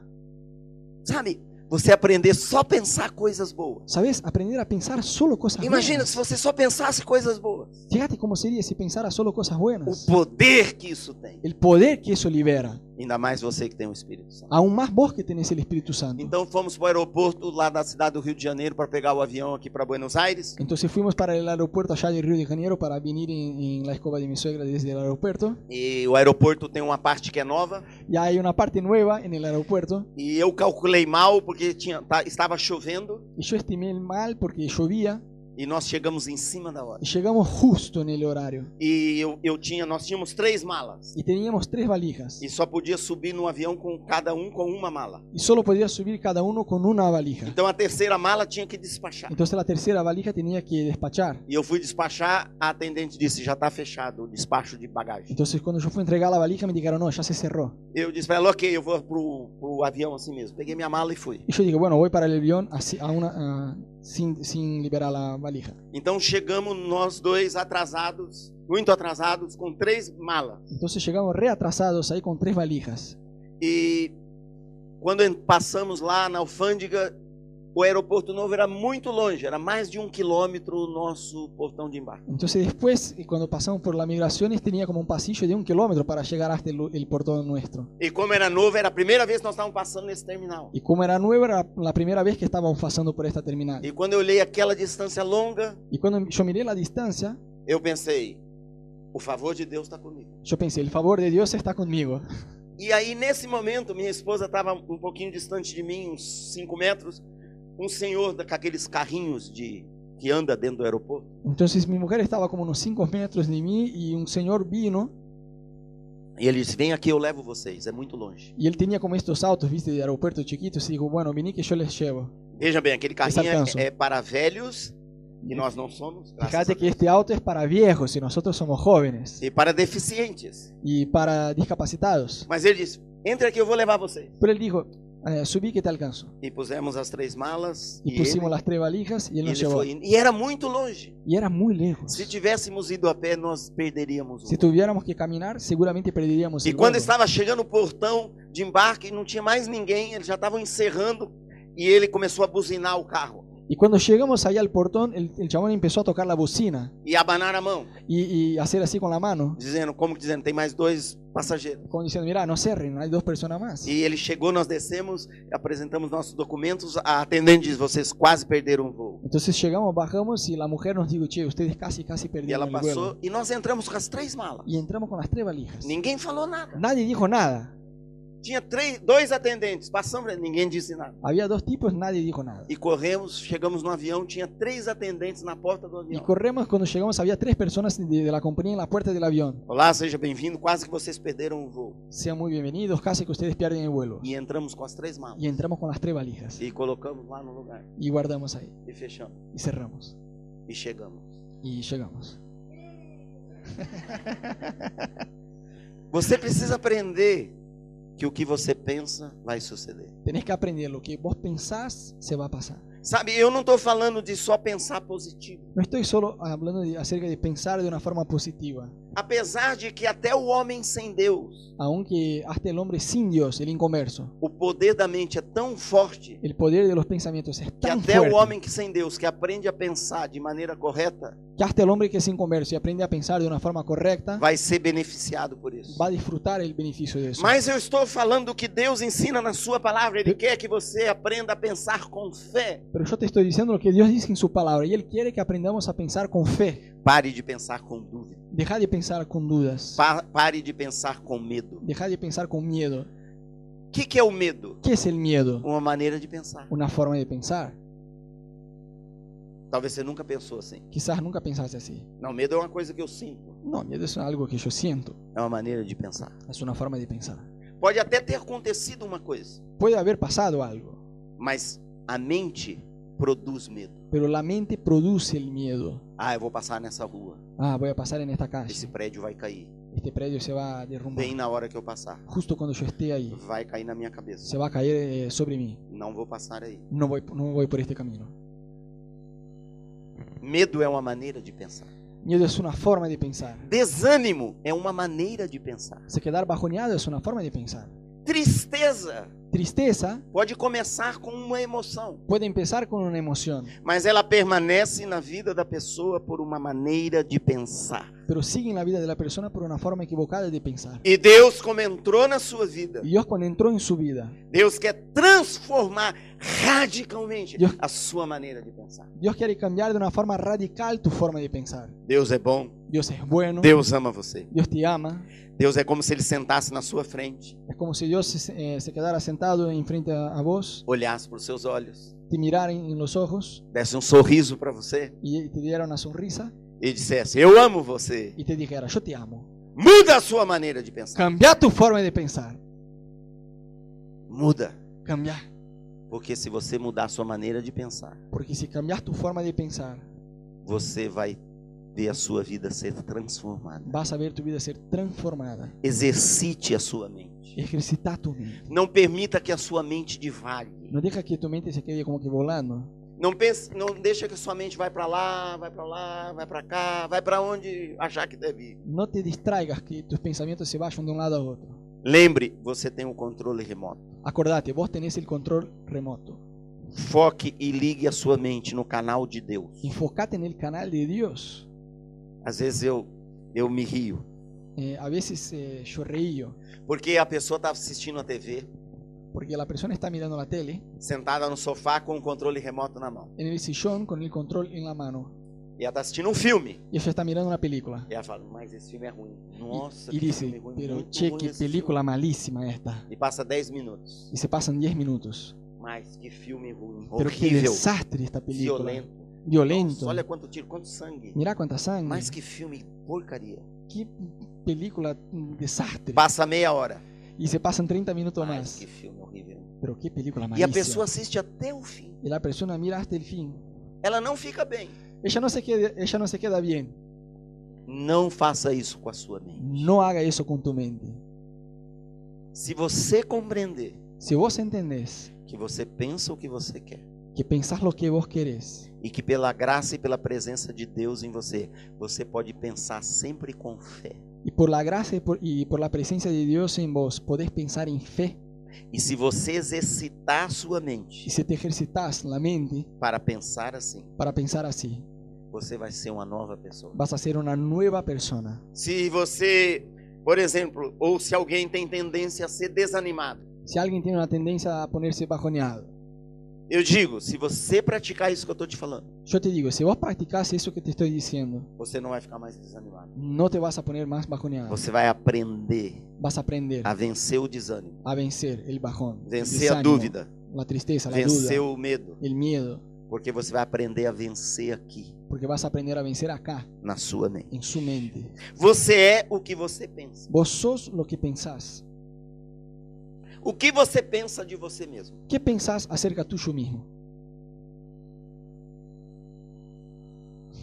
Speaker 1: Sabe, você aprender só a pensar coisas boas.
Speaker 2: ¿Sabes? Aprender a pensar solo
Speaker 1: Tá
Speaker 2: cosas
Speaker 1: Imagina
Speaker 2: buenas.
Speaker 1: se você só pensasse coisas boas.
Speaker 2: Fíjate cómo sería si pensara solo cosas
Speaker 1: O
Speaker 2: buenas.
Speaker 1: poder que isso tem.
Speaker 2: El poder que eso libera.
Speaker 1: Ainda mais você que tem o Espírito Santo.
Speaker 2: Aún más vos que tenés el Espíritu Santo.
Speaker 1: Então fomos para o aeroporto lá da cidade do Rio de Janeiro para pegar o avião aqui para Buenos Aires.
Speaker 2: Entonces fuimos para el aeropuerto allá de Río de Janeiro para venir en, en la escoba de mi suegra desde el aeropuerto.
Speaker 1: E o aeroporto tem uma parte que é nova.
Speaker 2: Ya hay una parte nueva en el aeropuerto.
Speaker 1: E eu calculei mal porque tinha, tá- estava chovendo
Speaker 2: Y yo estimé el mal porque llovía.
Speaker 1: e nós chegamos em cima da hora.
Speaker 2: Y llegamos justo en el horario.
Speaker 1: E eu, eu tinha, nós tínhamos três malas
Speaker 2: Y teníamos tres valijas.
Speaker 1: e só podia subir no avião com cada um com uma mala.
Speaker 2: Y solo podía subir cada uno con una valija.
Speaker 1: Então a terceira mala tinha que despachar.
Speaker 2: Entonces la tercera valija tenía que despachar.
Speaker 1: E eu fui despachar, a atendente disse: já está fechado o despacho de bagagem.
Speaker 2: Entonces cuando yo fui a entregar la valija me dijeron, no, ya se cerró.
Speaker 1: Eu disse para ela: ok, eu vou pro, pro avión assim mesmo. Peguei minha mala e fui.
Speaker 2: Y yo dije, bueno, voy para el avión así, a una, ah, sin, sin liberar la valija.
Speaker 1: Então chegamos nós dois atrasados, muito atrasados, com três malas.
Speaker 2: Entonces llegamos reatrasados ahí con tres valijas.
Speaker 1: E quando en- passamos lá na alfândega, o aeroporto novo era muito longe, era mais de um quilômetro o nosso portão de embarque.
Speaker 2: Entonces después, y cuando pasamos por las migraciones, tenía como un pasillo de un kilómetro para llegar hasta el, lu- el portón nuestro.
Speaker 1: E como era novo, era a primeira vez que nós estávamos passando nesse terminal.
Speaker 2: Y como era nuevo, era la primera vez que estábamos pasando por esta terminal.
Speaker 1: E quando eu olhei aquela distância longa,
Speaker 2: Y cuando yo miré la distancia,
Speaker 1: eu pensei: o favor de Deus está comigo.
Speaker 2: yo pensé, el favor de Dios está conmigo.
Speaker 1: E aí, nesse momento, minha esposa estava um pouquinho distante de mim, uns 5 metros, um senhor da- com aqueles carrinhos de que anda dentro do aeroporto.
Speaker 2: Entonces mi mujer estaba como unos 5 metros de mí y un señor vino
Speaker 1: E ele disse: vem aqui, eu levo vocês, é muito longe.
Speaker 2: y él tenía como estos autos, viste, de aeropuerto chiquitos e dijo, bueno, vení que yo les llevo.
Speaker 1: Veja bem, aquele carrinho
Speaker 2: alcanço.
Speaker 1: é, é para velhos, e nós não somos, graças a
Speaker 2: Fíjate que
Speaker 1: Deus,
Speaker 2: este auto es para viejos y nosotros somos jóvenes
Speaker 1: e para deficientes.
Speaker 2: y para discapacitados.
Speaker 1: Mas ele disse: entra aqui, eu vou levar vocês.
Speaker 2: Pero él dijo, "Eh, subí que te alcanzo.
Speaker 1: E pusemos as três malas
Speaker 2: Y
Speaker 1: e, ele,
Speaker 2: pusimos las tres valijas y él
Speaker 1: e
Speaker 2: nos
Speaker 1: ele
Speaker 2: llevó.
Speaker 1: foi indo. E era muito longe.
Speaker 2: Y era muy lejos.
Speaker 1: Se tivéssemos ido a pé, nós perderíamos o
Speaker 2: Si tuviéramos que caminar, seguramente perderíamos
Speaker 1: E
Speaker 2: el
Speaker 1: quando
Speaker 2: vuelo.
Speaker 1: estava chegando o portão de embarque e não tinha mais ninguém, eles já estavam encerrando e ele começou a buzinar o carro
Speaker 2: Y cuando llegamos allá al portón, el, el chabón empezó a tocar la bocina
Speaker 1: e abanar a mão,
Speaker 2: y, y hacer así con la mano,
Speaker 1: dizendo, como que dizendo, tem mais dois passageiros.
Speaker 2: como diciendo, mira, no cerren, hay dos personas más.
Speaker 1: E ele chegou, nós descemos, apresentamos nossos documentos, a atendente diz, vocês quase perderam o voo.
Speaker 2: Entonces llegamos, bajamos y la mujer nos dijo, che, ustedes casi, casi
Speaker 1: E
Speaker 2: perdieron
Speaker 1: ela
Speaker 2: el vuelo.
Speaker 1: passou e nós entramos com as três malas.
Speaker 2: Y entramos con las tres valijas.
Speaker 1: Ninguém falou nada.
Speaker 2: Nadie dijo nada.
Speaker 1: Tinha três, dois atendentes, passamos, ninguém disse nada.
Speaker 2: Había dos tipos, nadie dijo nada.
Speaker 1: E corremos, chegamos no avião, tinha três atendentes na porta do
Speaker 2: Y
Speaker 1: avião.
Speaker 2: corremos, cuando llegamos había tres personas de, de la compañía en la puerta del avión.
Speaker 1: Olá, seja bem-vindo, quase que vocês perderam o voo.
Speaker 2: Sean muy bienvenidos, casi que ustedes pierden el vuelo.
Speaker 1: E entramos com as três malas.
Speaker 2: Y entramos con las tres valijas.
Speaker 1: E colocamos lá no lugar.
Speaker 2: Y guardamos ahí.
Speaker 1: E fechamos.
Speaker 2: Y cerramos.
Speaker 1: E chegamos.
Speaker 2: Y llegamos.
Speaker 1: Você precisa aprender que o que você pensa vai suceder.
Speaker 2: Tenés que aprender lo que vos pensás se va a pasar.
Speaker 1: Sabe, eu não estou falando de só pensar positivo.
Speaker 2: No estoy solo hablando de- acerca de pensar de una forma positiva,
Speaker 1: Apesar de que até o homem sem Deus,
Speaker 2: aunque hasta el hombre sin Dios, el inconverso,
Speaker 1: o poder da mente é tão forte
Speaker 2: el poder de los pensamientos es
Speaker 1: que
Speaker 2: tan
Speaker 1: até o
Speaker 2: fuerte
Speaker 1: homem que sem Deus, que aprende a pensar de maneira correta,
Speaker 2: que hasta el hombre que es inconverso y aprende a pensar de una forma correcta
Speaker 1: vai ser beneficiado por isso.
Speaker 2: va a disfrutar el beneficio de eso.
Speaker 1: Mas eu estou falando que Deus ensina na sua palavra, ele quer que você aprenda a pensar com fé.
Speaker 2: Pero yo te estoy diciendo lo que Dios dice en su palabra y Él quiere que aprendamos a pensar con fe.
Speaker 1: Pare de pensar com dúvida.
Speaker 2: Deja de pensar con dudas.
Speaker 1: Pa- Pare de pensar com medo.
Speaker 2: Deja de pensar con miedo.
Speaker 1: O que, que é o medo?
Speaker 2: ¿Qué es el miedo?
Speaker 1: Uma maneira de pensar.
Speaker 2: Una forma de pensar.
Speaker 1: Talvez você nunca pensou assim.
Speaker 2: Quizás nunca pensaste así.
Speaker 1: Não, medo é uma coisa que eu sinto.
Speaker 2: No, miedo es algo que yo siento.
Speaker 1: É uma maneira de pensar.
Speaker 2: Es una forma de pensar.
Speaker 1: Pode até ter acontecido uma coisa,
Speaker 2: Puede haber pasado algo,
Speaker 1: mas a mente produz medo.
Speaker 2: pero la mente produce el miedo.
Speaker 1: Ah, eu vou passar nessa rua.
Speaker 2: Ah, voy a pasar en esta
Speaker 1: Esse
Speaker 2: calle.
Speaker 1: prédio vai cair.
Speaker 2: Este predio se va a derrumbar.
Speaker 1: Bem na hora que eu passar.
Speaker 2: Justo cuando yo esté ahí,
Speaker 1: Vai cair na minha cabeça.
Speaker 2: se va a caer eh, sobre mí.
Speaker 1: Não vou passar aí.
Speaker 2: No voy, no voy por este camino.
Speaker 1: Medo é uma maneira de pensar.
Speaker 2: Miedo es una forma de pensar.
Speaker 1: Desânimo é uma maneira de pensar.
Speaker 2: Se quedar bajoneado es una forma de pensar.
Speaker 1: Tristeza
Speaker 2: Tristeza
Speaker 1: pode começar com uma emoção,
Speaker 2: puede empezar con una emoción,
Speaker 1: mas ela permanece na vida da pessoa por uma maneira de pensar.
Speaker 2: pero sigue en la vida de la persona por una forma equivocada de pensar.
Speaker 1: E Deus, como entrou na sua vida,
Speaker 2: Y Dios cuando entró en su vida,
Speaker 1: Deus quer transformar radicalmente
Speaker 2: Deus-
Speaker 1: a sua maneira de pensar.
Speaker 2: Dios quiere cambiar de una forma radical tu forma de pensar.
Speaker 1: Deus é bom,
Speaker 2: Dios es bueno,
Speaker 1: Deus ama você.
Speaker 2: Dios te ama.
Speaker 1: Deus é como se ele sentasse na sua frente,
Speaker 2: Es como si Dios se, eh, se quedara sentado enfrente a, a vos,
Speaker 1: olhasse para os seus olhos,
Speaker 2: te mirara en, en los ojos
Speaker 1: desse um sorriso para você
Speaker 2: y te diera una sonrisa
Speaker 1: e dissesse: Eu amo você.
Speaker 2: y te dijera, yo te amo.
Speaker 1: Muda a sua maneira de pensar.
Speaker 2: Cambia tu forma de pensar.
Speaker 1: Muda.
Speaker 2: Cambia.
Speaker 1: Porque se você mudar a sua maneira de pensar,
Speaker 2: Porque si cambias tu forma de pensar,
Speaker 1: você vai ver a sua vida ser transformada.
Speaker 2: vas a ver tu vida ser transformada.
Speaker 1: Exercite a sua mente.
Speaker 2: Ejercita tu mente.
Speaker 1: Não permita que a sua mente divague.
Speaker 2: No deja que tu mente se quede como que volando.
Speaker 1: Não pense, não deixa que a sua mente vai para lá, vai para lá, vai para cá, vai para onde achar que deve ir.
Speaker 2: No te distraigas que tus pensamientos se vayan de un lado a otro.
Speaker 1: Lembre, você tem o controle remoto.
Speaker 2: Acordate, vos tenés el control remoto.
Speaker 1: Foque e ligue a sua mente no canal de Deus.
Speaker 2: Enfocate en el canal de Dios.
Speaker 1: Às vezes eu eu me rio,
Speaker 2: Eh, a veces eh, yo reío
Speaker 1: porque a pessoa está assistindo a TV,
Speaker 2: porque la persona está mirando la tele
Speaker 1: sentada no sofá com o controle remoto na mão.
Speaker 2: en el sillón con el control en la mano
Speaker 1: E ela está assistindo um filme.
Speaker 2: y ella está mirando una película.
Speaker 1: E ela fala, mas esse filme é ruim. Nossa,
Speaker 2: y
Speaker 1: que
Speaker 2: dice,
Speaker 1: filme ruim,
Speaker 2: pero
Speaker 1: muito
Speaker 2: che,
Speaker 1: ruim
Speaker 2: qué
Speaker 1: esse filme."
Speaker 2: película malísima esta.
Speaker 1: E passa 10 minutos.
Speaker 2: Y se pasan 10 minutos.
Speaker 1: Mas que filme ruim,
Speaker 2: Pero qué
Speaker 1: horrível,
Speaker 2: desastre esta película.
Speaker 1: violento.
Speaker 2: Violento.
Speaker 1: Nossa, olha quanto tiro, quanto sangue.
Speaker 2: Mirá cuánta sangre.
Speaker 1: Mas que filme porcaria.
Speaker 2: Qué película mm, desastre.
Speaker 1: Passa meia hora.
Speaker 2: Y se pasan 30 minutos
Speaker 1: Mas
Speaker 2: más.
Speaker 1: que filme horrível.
Speaker 2: Pero qué película
Speaker 1: E a
Speaker 2: malísima.
Speaker 1: pessoa assiste até o fim.
Speaker 2: Y la persona mira hasta el fin.
Speaker 1: Ela não fica bem.
Speaker 2: Ella no se queda, ella no se queda bien.
Speaker 1: Não faça isso com a sua mente.
Speaker 2: No haga eso con tu mente.
Speaker 1: Se você compreender
Speaker 2: Si vos entendés
Speaker 1: que você pensa o que você quer
Speaker 2: que pensás lo que vos querés
Speaker 1: e que pela graça e pela presença de Deus em você, você pode pensar sempre com fé.
Speaker 2: y por la gracia y por, y por la presencia de Dios en vos podés pensar en fe
Speaker 1: E se você exercitar a sua
Speaker 2: y
Speaker 1: mente
Speaker 2: si te ejercitas la mente
Speaker 1: para pensar assim,
Speaker 2: para pensar así,
Speaker 1: você vai ser uma nova pessoa.
Speaker 2: vas a ser una nueva persona.
Speaker 1: Se você, por exemplo, ou se alguém tem tendência a ser desanimado,
Speaker 2: Si alguien tiene una tendencia a ponerse bajoneado,
Speaker 1: eu digo, se você praticar isso que eu estou te falando,
Speaker 2: yo te digo, si vos practicás eso que te estoy diciendo,
Speaker 1: você não vai ficar mais desanimado.
Speaker 2: no te vas a poner más bajoneado.
Speaker 1: Você vai aprender
Speaker 2: Vas a aprender
Speaker 1: a vencer o desânimo,
Speaker 2: a vencer el bajón, el
Speaker 1: vencer a
Speaker 2: desánimo,
Speaker 1: dúvida,
Speaker 2: la tristeza, la
Speaker 1: vencer
Speaker 2: duda,
Speaker 1: o medo,
Speaker 2: el miedo,
Speaker 1: porque você vai aprender a vencer aqui
Speaker 2: porque vas a aprender a vencer acá,
Speaker 1: na sua mente.
Speaker 2: en su mente.
Speaker 1: Você é o que você pensa.
Speaker 2: Vos sos lo que pensás.
Speaker 1: O que você pensa de você mesmo?
Speaker 2: ¿Qué pensás acerca tuyo mismo?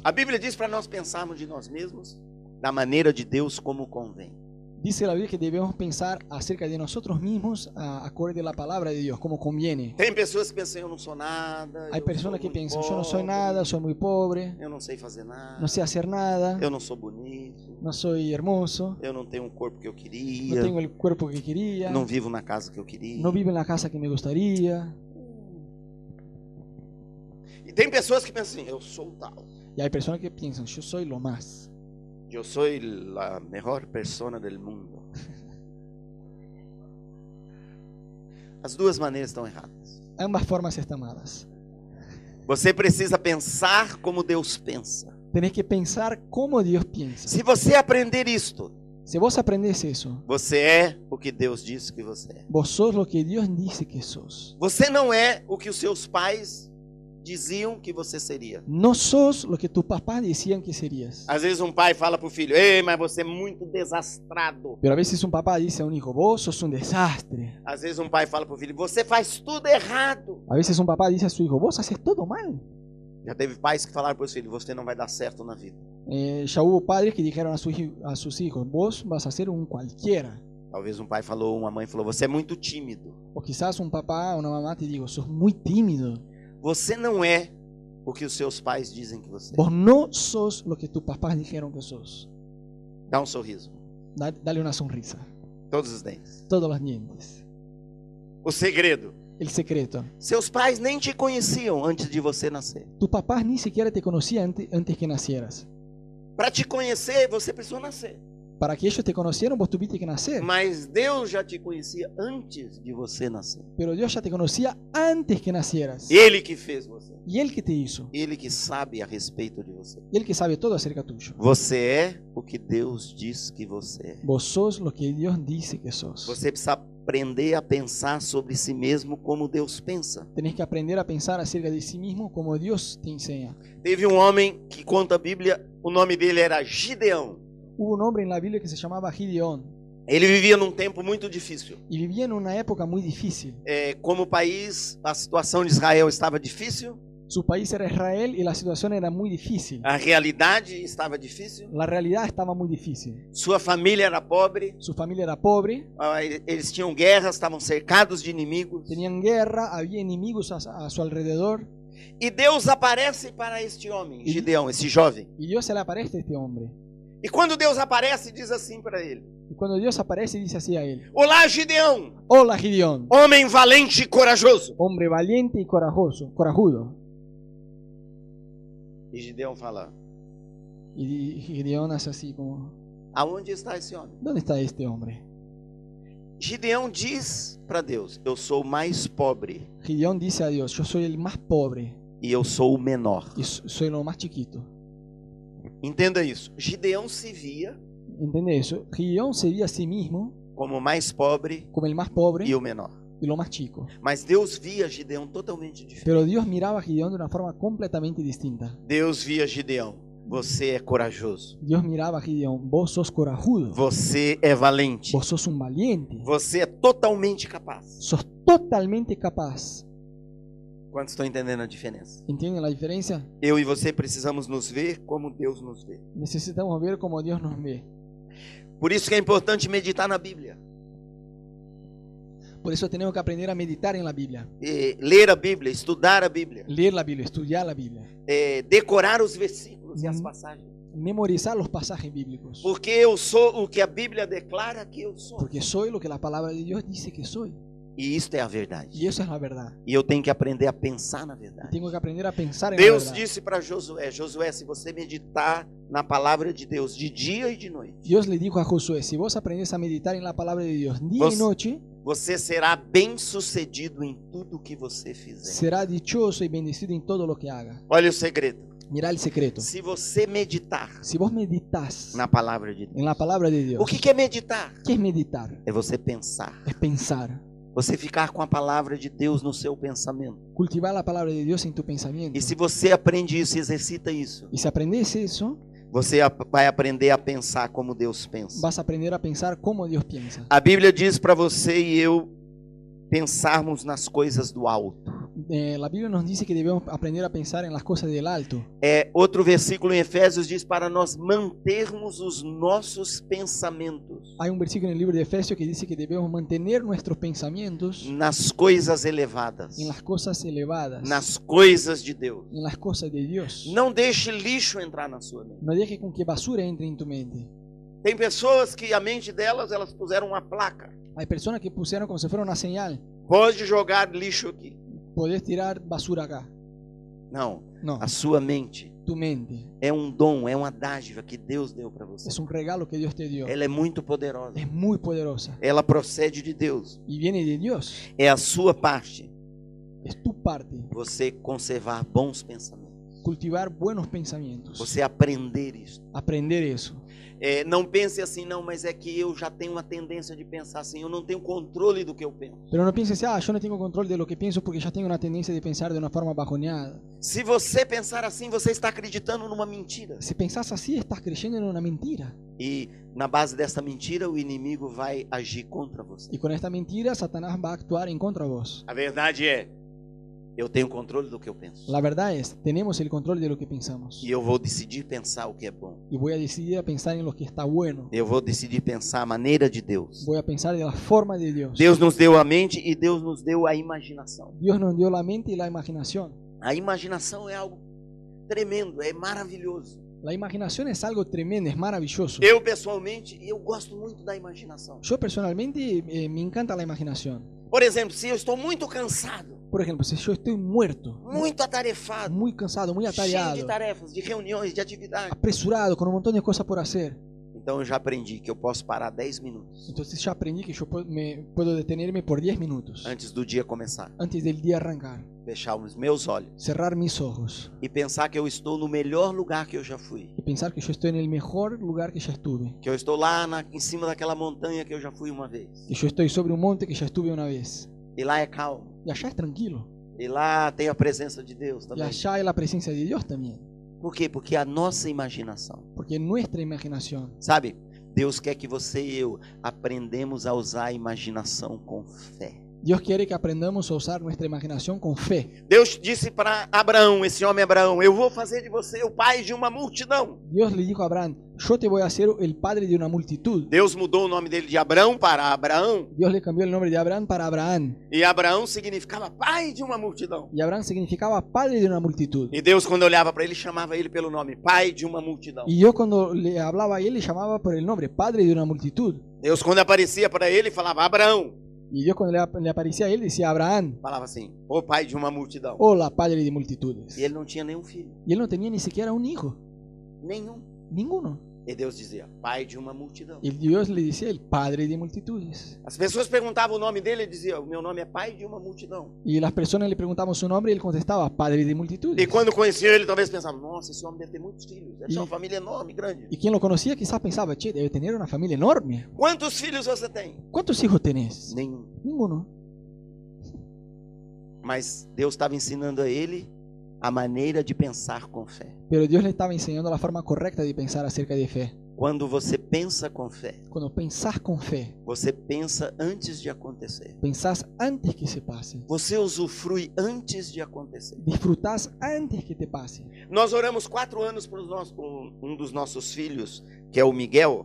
Speaker 1: A Bíblia diz para nós pensarmos de nós mesmos da maneira de Deus como convém.
Speaker 2: Dice la Biblia que debemos pensar acerca de nosotros mismos a, acorde a la palabra de Dios, como conviene.
Speaker 1: Tem pessoas que pensam, eu não sou nada.
Speaker 2: Hay
Speaker 1: eu
Speaker 2: personas que
Speaker 1: sou muito
Speaker 2: piensan, yo no soy
Speaker 1: pobre,
Speaker 2: nada, soy muy pobre,
Speaker 1: Eu não sei fazer nada.
Speaker 2: no sé hacer nada,
Speaker 1: Eu não sou bonito.
Speaker 2: no soy hermoso,
Speaker 1: Eu não tenho o corpo que eu um
Speaker 2: no
Speaker 1: queria.
Speaker 2: tengo el cuerpo que quería,
Speaker 1: Não vivo na casa que eu queria.
Speaker 2: no vivo en la casa que me gustaría.
Speaker 1: E tem pessoas que pensam assim, eu sou tal.
Speaker 2: Y hay personas que piensan, yo soy lo más,
Speaker 1: Eu sou a melhor pessoa do mundo. [laughs] As duas maneiras estão erradas.
Speaker 2: ambas formas están malas.
Speaker 1: Você precisa pensar como Deus pensa.
Speaker 2: Tenés que pensar cómo Dios piensa.
Speaker 1: Se você aprender isto,
Speaker 2: Si vos aprendés eso,
Speaker 1: você é o que Deus disse que você é.
Speaker 2: vos sos lo que Dios dice que sos.
Speaker 1: Você não é o que os seus pais diziam que você seria.
Speaker 2: No sos lo que tus papás decían que serías.
Speaker 1: Às vezes um pai fala pro filho: "Ei, mas você é muito desastrado".
Speaker 2: Pero a veces un papá dice a un hijo, vos sos un desastre.
Speaker 1: Às vezes um pai fala pro filho: "Você faz tudo errado".
Speaker 2: A veces un papá dice a su hijo, vos haces todo mal.
Speaker 1: Já teve pais que falaram pros filhos: "Você não vai dar certo na vida".
Speaker 2: Eh, ya hubo padres que dijeron a, sus hij- a sus hijos, vos vas a ser un cualquiera.
Speaker 1: Talvez um pai falou, uma mãe falou: "Você é muito tímido.
Speaker 2: O quizás un papá o una mamá te dijo, sos muy tímido.
Speaker 1: Você não é o que os seus pais dizem que você é".
Speaker 2: Vos no sos lo que tus papás dijeron que sos.
Speaker 1: Dá um sorriso.
Speaker 2: Da- dale una sonrisa.
Speaker 1: Todos os dentes.
Speaker 2: Todos los dientes.
Speaker 1: O segredo.
Speaker 2: El secreto.
Speaker 1: Seus pais nem te conheciam antes de você nascer.
Speaker 2: Tus papás ni siquiera te conocían ante- antes que nacieras.
Speaker 1: Para te conhecer, você precisou nascer.
Speaker 2: Para que ellos te conocieran, vos tuviste que nacer.
Speaker 1: Mas Deus já te conhecia antes de você nascer.
Speaker 2: Pero Dios ya te conocía antes que nacieras.
Speaker 1: Ele que fez você.
Speaker 2: Y Él que te hizo.
Speaker 1: Ele que sabe a respeito de você.
Speaker 2: Y Él que sabe todo acerca tuyo.
Speaker 1: Você é o que Deus diz que você é.
Speaker 2: Vos sos lo que Dios dice que sos.
Speaker 1: Você precisa aprender a pensar sobre si mesmo como Deus pensa.
Speaker 2: Tenés que aprender a pensar acerca de sí mismo como Dios te enseña.
Speaker 1: Teve um homem que conta a Bíblia, o nome dele era Gideão.
Speaker 2: Hubo un hombre en la Biblia que se llamaba Gideón
Speaker 1: Ele vivia num tempo muito difícil.
Speaker 2: y vivía en una época muy difícil.
Speaker 1: É, como país, a situação de Israel estava difícil,
Speaker 2: Su país era Israel y la situación era muy difícil.
Speaker 1: a realidade estava difícil,
Speaker 2: La realidad estaba muy difícil.
Speaker 1: sua família era pobre,
Speaker 2: Su familia era pobre,
Speaker 1: ah, e- eles tinham guerras, estavam cercados de inimigos.
Speaker 2: tenían guerra, había enemigos a, a su alrededor
Speaker 1: E Deus aparece para este homem, Gideão, esse jovem.
Speaker 2: y Dios se le aparece a este hombre.
Speaker 1: E quando Deus aparece, diz assim para ele:
Speaker 2: Y cuando Dios aparece dice así a él,
Speaker 1: Olá, Gideão,
Speaker 2: hola Gideón,
Speaker 1: homem valente e corajoso.
Speaker 2: hombre valiente y corajoso, corajudo.
Speaker 1: E Gideão fala:
Speaker 2: Y Gideón hace así como,
Speaker 1: Aonde está esse homem?
Speaker 2: ¿dónde está este hombre?
Speaker 1: Gideão diz para Deus: Eu sou o mais pobre
Speaker 2: Gideón dice a Dios, yo soy el más pobre
Speaker 1: e eu sou o menor.
Speaker 2: y so- soy lo más chiquito.
Speaker 1: Entenda isso. Gideão se via
Speaker 2: ¿Entendés eso? Gideón se vio a sí mismo
Speaker 1: como o mais pobre
Speaker 2: como el más pobre
Speaker 1: e o menor.
Speaker 2: y lo más chico.
Speaker 1: Mas Deus via Gideão totalmente diferente.
Speaker 2: Pero Dios miraba a Gideón de una forma completamente distinta.
Speaker 1: Deus via Gideão: Você é corajoso,
Speaker 2: Dios miraba a Gideón, vos sos corajudo,
Speaker 1: você é valente,
Speaker 2: vos sos un valiente,
Speaker 1: você é totalmente capaz.
Speaker 2: sos totalmente capaz.
Speaker 1: Quantos estão entendendo a diferença?
Speaker 2: ¿Entienden la diferencia?
Speaker 1: Eu e você precisamos nos ver como Deus nos vê.
Speaker 2: Necesitamos ver cómo Dios nos ve.
Speaker 1: Por isso que é importante meditar na Bíblia.
Speaker 2: Por eso tenemos que aprender a meditar en la Biblia,
Speaker 1: Eh, ler a Bíblia, estudar a Bíblia,
Speaker 2: leer la Biblia, estudiar la Biblia,
Speaker 1: eh, decorar os versículos e as
Speaker 2: Uhum.
Speaker 1: passagens.
Speaker 2: memorizar los pasajes bíblicos.
Speaker 1: Porque eu sou o que a Bíblia declara que eu sou.
Speaker 2: Porque soy lo que la palabra de Dios dice que soy.
Speaker 1: E isto é a
Speaker 2: Y
Speaker 1: verdade.
Speaker 2: eso es la verdad.
Speaker 1: E eu tenho que aprender a pensar na
Speaker 2: Y
Speaker 1: verdade.
Speaker 2: tengo que aprender a pensar en la
Speaker 1: Deus
Speaker 2: verdad.
Speaker 1: disse para Josué: Josué, se você meditar na palavra de Deus de dia e de noite,
Speaker 2: Dios le dijo a Josué, si vos aprendés a meditar en la palabra de Dios día
Speaker 1: Vos-
Speaker 2: y noche,
Speaker 1: você será bem sucedido em tudo que você fizer.
Speaker 2: será dichoso y bendecido en todo lo que haga.
Speaker 1: Olha o segredo.
Speaker 2: Mirá el secreto.
Speaker 1: Se você meditar
Speaker 2: Si vos meditas
Speaker 1: na palavra de Deus,
Speaker 2: en la palabra de Dios,
Speaker 1: o que que é meditar?
Speaker 2: ¿qué es meditar?
Speaker 1: É você pensar.
Speaker 2: Es pensar,
Speaker 1: Você ficar com a palavra de Deus no seu pensamento.
Speaker 2: cultivar la palabra de Dios en tu pensamiento.
Speaker 1: E se você aprende isso, exercita isso,
Speaker 2: Y si aprendes eso,
Speaker 1: você ap- vai aprender a pensar como Deus pensa.
Speaker 2: vas a aprender a pensar cómo Dios piensa.
Speaker 1: A Bíblia diz para você e eu pensarmos nas coisas do alto.
Speaker 2: eh, la Biblia nos dice que debemos aprender a pensar en las cosas del alto.
Speaker 1: É, outro versículo em Efésios diz para nós mantermos os nossos pensamentos
Speaker 2: Hay un versículo en el libro de Efesios que dice que debemos mantener nuestros pensamientos
Speaker 1: nas coisas elevadas,
Speaker 2: en las cosas elevadas,
Speaker 1: nas coisas de Deus.
Speaker 2: en las cosas de Dios.
Speaker 1: Não deixe lixo entrar na sua mente.
Speaker 2: No dejes con que basura entre en tu mente.
Speaker 1: Tem pessoas que a mente delas, elas puseram uma placa.
Speaker 2: Hay personas que pusieron como si fuera una señal,
Speaker 1: Pode jogar lixo aqui.
Speaker 2: podés tirar basura acá.
Speaker 1: Não,
Speaker 2: No,
Speaker 1: a sua mente
Speaker 2: tu mente
Speaker 1: é um dom, é uma dádiva que Deus deu para você.
Speaker 2: es un regalo que Dios te dio.
Speaker 1: Ela é muito poderosa.
Speaker 2: Es muy poderosa
Speaker 1: Ela procede de Deus.
Speaker 2: y viene de Dios.
Speaker 1: É a sua parte
Speaker 2: Es tu parte
Speaker 1: você conservar bons pensamentos.
Speaker 2: cultivar buenos pensamientos,
Speaker 1: Você aprender isso.
Speaker 2: aprender eso.
Speaker 1: É, não pense assim, não, mas é que eu já tenho uma tendência de pensar assim, eu não tenho controle do que eu penso.
Speaker 2: Pero no pienses, ah, yo no tengo control de lo que pienso porque ya tengo una tendencia de pensar de una forma bajoneada.
Speaker 1: Se você pensar assim, você está acreditando numa mentira.
Speaker 2: Si pensás así, estás creyendo en una mentira.
Speaker 1: E na base dessa mentira, o inimigo vai agir contra você.
Speaker 2: Y con esta mentira, Satanás va a actuar en contra de vos.
Speaker 1: A verdade é, eu tenho controle do que eu penso.
Speaker 2: La verdad es, tenemos el control de lo que pensamos.
Speaker 1: E eu vou decidir pensar o que é bom.
Speaker 2: Y voy a decidir a pensar en lo que está bueno.
Speaker 1: Eu vou decidir pensar a maneira de Deus.
Speaker 2: Voy a pensar de la forma de Dios.
Speaker 1: Deus nos deu a mente e Deus nos deu a imaginação.
Speaker 2: Dios nos dio la mente y la imaginación.
Speaker 1: A imaginação é algo tremendo, é maravilhoso.
Speaker 2: La imaginación es algo tremendo, es maravilloso.
Speaker 1: Eu pessoalmente, eu gosto muito da imaginação.
Speaker 2: Yo personalmente eh, me encanta la imaginación.
Speaker 1: Por exemplo, se eu estou muito cansado,
Speaker 2: Por ejemplo, si yo estoy muerto,
Speaker 1: muito atarefado,
Speaker 2: muy cansado, muy
Speaker 1: cheio de
Speaker 2: atareado,
Speaker 1: tarefas, de reuniões, de atividades,
Speaker 2: apresurado, con un montón de cosas por hacer.
Speaker 1: então eu já aprendi que eu posso parar 10 minutos
Speaker 2: Entonces ya aprendí que yo pu- me- puedo detenerme por 10 minutos
Speaker 1: antes do dia começar,
Speaker 2: antes del día arrancar,
Speaker 1: fechar os meus olhos
Speaker 2: cerrar mis ojos
Speaker 1: e pensar que eu estou no melhor lugar que eu já fui,
Speaker 2: y pensar que yo estoy en el mejor lugar que ya estuve,
Speaker 1: que eu estou lá na- em cima daquela montanha que eu já fui uma vez.
Speaker 2: que yo estoy sobre un monte que ya estuve una vez.
Speaker 1: E lá é calmo,
Speaker 2: Y allá es tranquilo,
Speaker 1: e lá tem a presença de Deus
Speaker 2: y
Speaker 1: também.
Speaker 2: allá es la presencia de Dios también,
Speaker 1: Por quê? Porque a nossa imaginação
Speaker 2: porque nuestra imaginación,
Speaker 1: Sabe? Deus quer que você e eu aprendemos a usar a imaginação com fé.
Speaker 2: Dios quiere que aprendamos a usar nuestra imaginación con fe.
Speaker 1: Deus disse para Abraão, esse homem Abraão, eu vou fazer de você o pai de uma multidão.
Speaker 2: Dios le dijo a Abraham, yo te voy a hacer el padre de una multitud.
Speaker 1: Deus mudou o nome dele de Abraão para Abraão,
Speaker 2: Dios le cambió el nombre de Abraham para Abraham,
Speaker 1: e Abraão significava pai de uma multidão.
Speaker 2: y Abraham significaba padre de una multitud.
Speaker 1: E Deus, quando olhava para ele, chamava ele pelo nome, pai de uma multidão.
Speaker 2: Y yo cuando le hablaba a él le llamaba por el nombre, padre de una multitud.
Speaker 1: Deus, quando aparecia para ele, falava Abraão,
Speaker 2: Y yo cuando le, ap- le aparecía a él decía, Abraham,
Speaker 1: falava assim, ô pai de uma multidão.
Speaker 2: hola padre de multitudes.
Speaker 1: E ele não tinha nenhum filho,
Speaker 2: Y él no tenía ni siquiera un hijo,
Speaker 1: nenhum.
Speaker 2: ninguno.
Speaker 1: E Deus dizia, pai de uma multidão.
Speaker 2: Y Dios le decía, el padre de multitudes.
Speaker 1: As pessoas perguntavam o nome dele e dizia: "O meu nome é pai de uma multidão".
Speaker 2: Y las personas le preguntaban su nombre y él contestaba, padre de multitudes.
Speaker 1: E quando conheciam ele, talvez pensavam: "Nossa, esse homem deve ter muitos filhos, deve ter uma
Speaker 2: E-
Speaker 1: família enorme, grande".
Speaker 2: Y quien lo conocía quizás pensaba, che, debe tener una familia enorme.
Speaker 1: Quantos filhos você tem?
Speaker 2: ¿Cuántos hijos tenés?
Speaker 1: Nenhum.
Speaker 2: Ninguno.
Speaker 1: Mas Deus estava ensinando a ele a maneira de pensar com fé.
Speaker 2: Pero Dios le estaba enseñando la forma correcta de pensar acerca de fe.
Speaker 1: Quando você pensa com fé,
Speaker 2: Cuando pensás con fe,
Speaker 1: você pensa antes de acontecer.
Speaker 2: pensás antes que se pase.
Speaker 1: Você usufrui antes de acontecer.
Speaker 2: Disfrutás antes que te pase.
Speaker 1: Nós oramos quatro anos para um dos nossos filhos, que é o Miguel,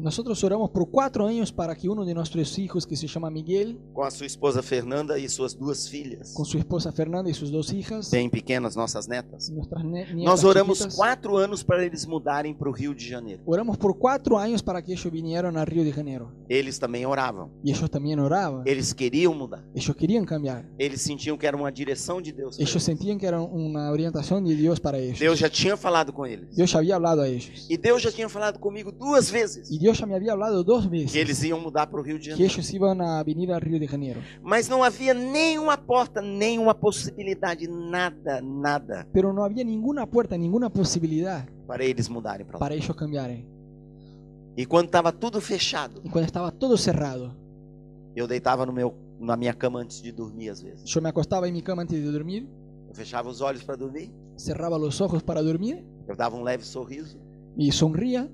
Speaker 2: Nosotros oramos por cuatro años para que uno de nuestros hijos, que se llama Miguel,
Speaker 1: com a sua esposa Fernanda e suas duas filhas.
Speaker 2: con su esposa Fernanda y sus dos hijas,
Speaker 1: bem pequenas nossas netas.
Speaker 2: nuestras ne- nietas
Speaker 1: Nós oramos
Speaker 2: chiquitas,
Speaker 1: quatro anos para eles mudarem para o Rio de Janeiro.
Speaker 2: oramos por cuatro años para que ellos vinieran a Río de Janeiro.
Speaker 1: Eles também oravam.
Speaker 2: Y ellos también oraban.
Speaker 1: Eles queriam mudar.
Speaker 2: Ellos querían cambiar.
Speaker 1: Eles sentiam que era uma direção de Deus. pra
Speaker 2: Ellos
Speaker 1: eles.
Speaker 2: sentían que era una orientación de Dios para ellos.
Speaker 1: Deus já tinha falado com eles.
Speaker 2: Dios ya había hablado a ellos.
Speaker 1: E Deus já tinha falado comigo duas vezes
Speaker 2: Y Dios ya me había hablado dos veces
Speaker 1: que eles iam mudar para o Rio de
Speaker 2: que
Speaker 1: Janeiro.
Speaker 2: ellos iban a venir a Río de Janeiro.
Speaker 1: Mas não havia nenhuma porta, nenhuma possibilidade, nada, nada
Speaker 2: Pero no había ninguna puerta, ninguna posibilidad
Speaker 1: para eles mudarem para lá.
Speaker 2: para ellos cambiarem.
Speaker 1: E quando estava tudo fechado,
Speaker 2: Y cuando estaba todo cerrado,
Speaker 1: eu deitava no meu, na minha cama antes de dormir às vezes.
Speaker 2: yo me acostaba en mi cama antes de dormir
Speaker 1: Eu fechava os olhos para dormir,
Speaker 2: cerraba los ojos para dormir
Speaker 1: eu dava um leve sorriso
Speaker 2: y sonría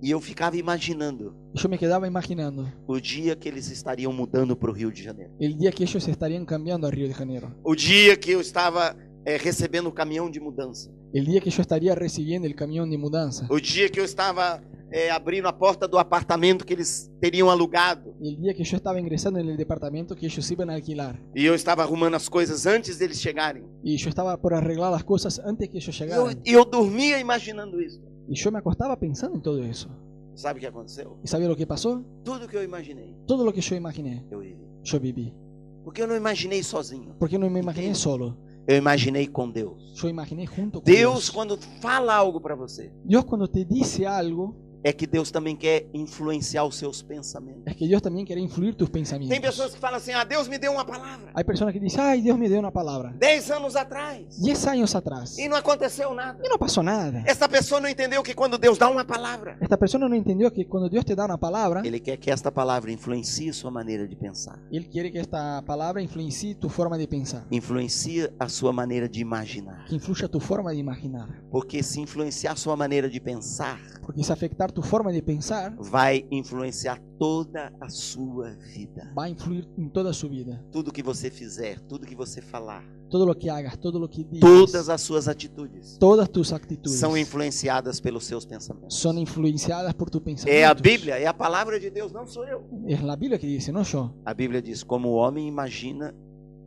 Speaker 1: E eu ficava imaginando
Speaker 2: Y yo me quedaba imaginando
Speaker 1: o dia que eles estariam mudando para o Rio de Janeiro.
Speaker 2: el día que ellos estarían cambiando a Río de Janeiro,
Speaker 1: O dia que eu estava eh, recebendo o caminhão de mudança.
Speaker 2: el día que yo estaría recibiendo el camión de mudanza,
Speaker 1: O dia que eu estava eh, abrindo a porta do apartamento que eles teriam alugado.
Speaker 2: el día que yo estaba ingresando en el departamento que ellos iban a alquilar,
Speaker 1: E eu estava arrumando as coisas antes deles chegarem.
Speaker 2: y yo estaba por arreglar las cosas antes que ellos
Speaker 1: E eu,
Speaker 2: llegaran,
Speaker 1: e eu dormia imaginando isso.
Speaker 2: y yo me acostaba pensando en todo eso.
Speaker 1: Sabe o que aconteceu?
Speaker 2: ¿Y sabía lo que pasó?
Speaker 1: Tudo que eu imaginei,
Speaker 2: Todo lo que yo imaginé,
Speaker 1: eu vivi.
Speaker 2: yo viví.
Speaker 1: Porque eu não imaginei sozinho.
Speaker 2: Porque no me imaginé solo,
Speaker 1: Eu imaginei com Deus.
Speaker 2: yo imaginé junto con
Speaker 1: Deus,
Speaker 2: Dios.
Speaker 1: quando fala algo para você,
Speaker 2: Dios cuando te dice algo,
Speaker 1: é que Deus também quer influenciar os seus pensamentos.
Speaker 2: es que Dios también quiere influir tus
Speaker 1: Tem pessoas
Speaker 2: pensamientos.
Speaker 1: que falam assim: ah, Deus me deu uma palavra.
Speaker 2: Hay personas que dicen, ay, Dios me dio una palabra.
Speaker 1: Dez anos atrás.
Speaker 2: 10 años atrás.
Speaker 1: E
Speaker 2: Y
Speaker 1: não aconteceu nada.
Speaker 2: no pasó nada.
Speaker 1: Essa pessoa não entendeu que quando Deus dá uma palavra,
Speaker 2: Esta persona no entendió que cuando Dios te da una palabra,
Speaker 1: Ele quer que esta palavra influencie sua maneira de pensar,
Speaker 2: Él quiere que esta palabra influencie tu forma de pensar,
Speaker 1: influencie a sua maneira de imaginar.
Speaker 2: que influya tu forma de imaginar.
Speaker 1: Porque se influenciar sua maneira de pensar,
Speaker 2: Porque si afectar tu forma de pensar,
Speaker 1: vai influenciar toda a sua vida.
Speaker 2: va a influir en toda su vida.
Speaker 1: Tudo que você fizer, tudo que você falar,
Speaker 2: Todo lo que hagas, todo lo que digas,
Speaker 1: todas as suas atitudes
Speaker 2: todas tus actitudes
Speaker 1: são influenciadas pelos seus pensamentos.
Speaker 2: son influenciadas por tu pensamiento.
Speaker 1: É a Bíblia, é a palavra de Deus, não sou eu.
Speaker 2: Es la Biblia que dice, no yo.
Speaker 1: A Bíblia diz: como o homem imagina,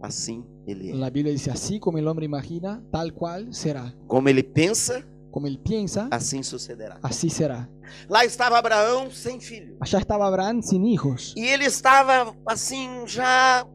Speaker 1: assim ele é.
Speaker 2: La Biblia dice, así como el hombre imagina, tal cual será.
Speaker 1: Como ele pensa,
Speaker 2: Como él piensa,
Speaker 1: assim sucederá.
Speaker 2: así será.
Speaker 1: Lá estava Abraão sem filho.
Speaker 2: Allá estaba Abraham sin hijos.
Speaker 1: E ele estava assim já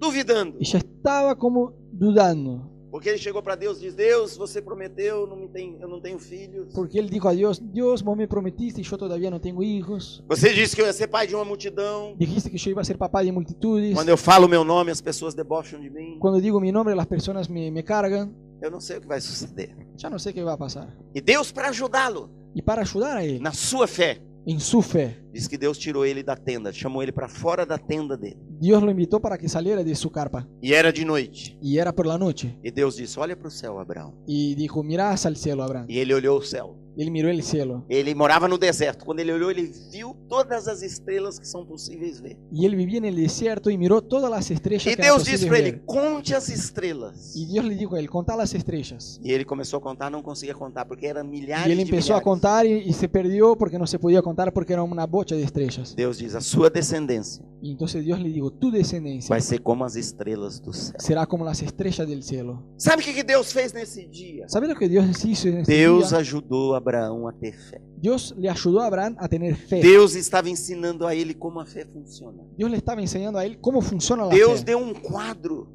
Speaker 1: duvidando,
Speaker 2: Y ya estaba como dudando.
Speaker 1: porque ele chegou para Deus e diz: "Deus, você prometeu, não me tem, eu não tenho filhos.
Speaker 2: Porque él dijo a Dios, Dios, vos me prometiste y yo todavía no tengo hijos.
Speaker 1: Você disse que eu ia ser pai de uma multidão.
Speaker 2: Dijiste que yo iba a ser papá de multitudes.
Speaker 1: Quando eu falo meu nome, as pessoas debocham de mim.
Speaker 2: Cuando digo mi nombre, las personas me, me cargan.
Speaker 1: Eu não sei o que vai suceder."
Speaker 2: Ya no sé qué va a pasar.
Speaker 1: E Deus para ajudá-lo
Speaker 2: Y para ayudar a él
Speaker 1: na sua fé,
Speaker 2: en su fe,
Speaker 1: diz que Deus tirou ele da tenda, chamou ele para fora da tenda dele.
Speaker 2: Dios lo invitó para que saliera de su carpa.
Speaker 1: E era de noite.
Speaker 2: Y era por la noche.
Speaker 1: E Deus disse: "Olha para o céu, Abraão."
Speaker 2: Y dijo, mirá hacia el cielo, Abraham.
Speaker 1: E ele olhou o céu.
Speaker 2: Y él miró el cielo.
Speaker 1: Ele morava no deserto. Quando ele olhou, ele viu todas as estrelas que são possíveis ver.
Speaker 2: Y él vivía en el desierto y miró todas las estrellas.
Speaker 1: E
Speaker 2: que eran
Speaker 1: Deus disse para
Speaker 2: posibles
Speaker 1: ele:
Speaker 2: ver.
Speaker 1: conte as estrelas.
Speaker 2: Y Dios le dijo a él, contá las estrellas.
Speaker 1: E ele começou a contar, não conseguia contar, porque eram
Speaker 2: Y
Speaker 1: milhares
Speaker 2: él
Speaker 1: de
Speaker 2: empezó a
Speaker 1: milhares.
Speaker 2: contar y, y se perdió porque no se podía contar porque era una bocha de estrellas.
Speaker 1: Deus diz: a sua descendência
Speaker 2: Y entonces Dios le dijo, tu descendencia
Speaker 1: vai ser como as estrelas do céu.
Speaker 2: será como las estrellas del cielo.
Speaker 1: Sabe o que que Deus fez nesse dia?
Speaker 2: ¿Sabes lo que Dios hizo en este
Speaker 1: Deus
Speaker 2: día?
Speaker 1: ajudou Abraão a ter fé.
Speaker 2: Dios le ayudó a Abraham a tener fe.
Speaker 1: Deus estava ensinando a ele como a fé funciona.
Speaker 2: Dios le estaba enseñando a él cómo funciona la
Speaker 1: Deus
Speaker 2: fe.
Speaker 1: deu um quadro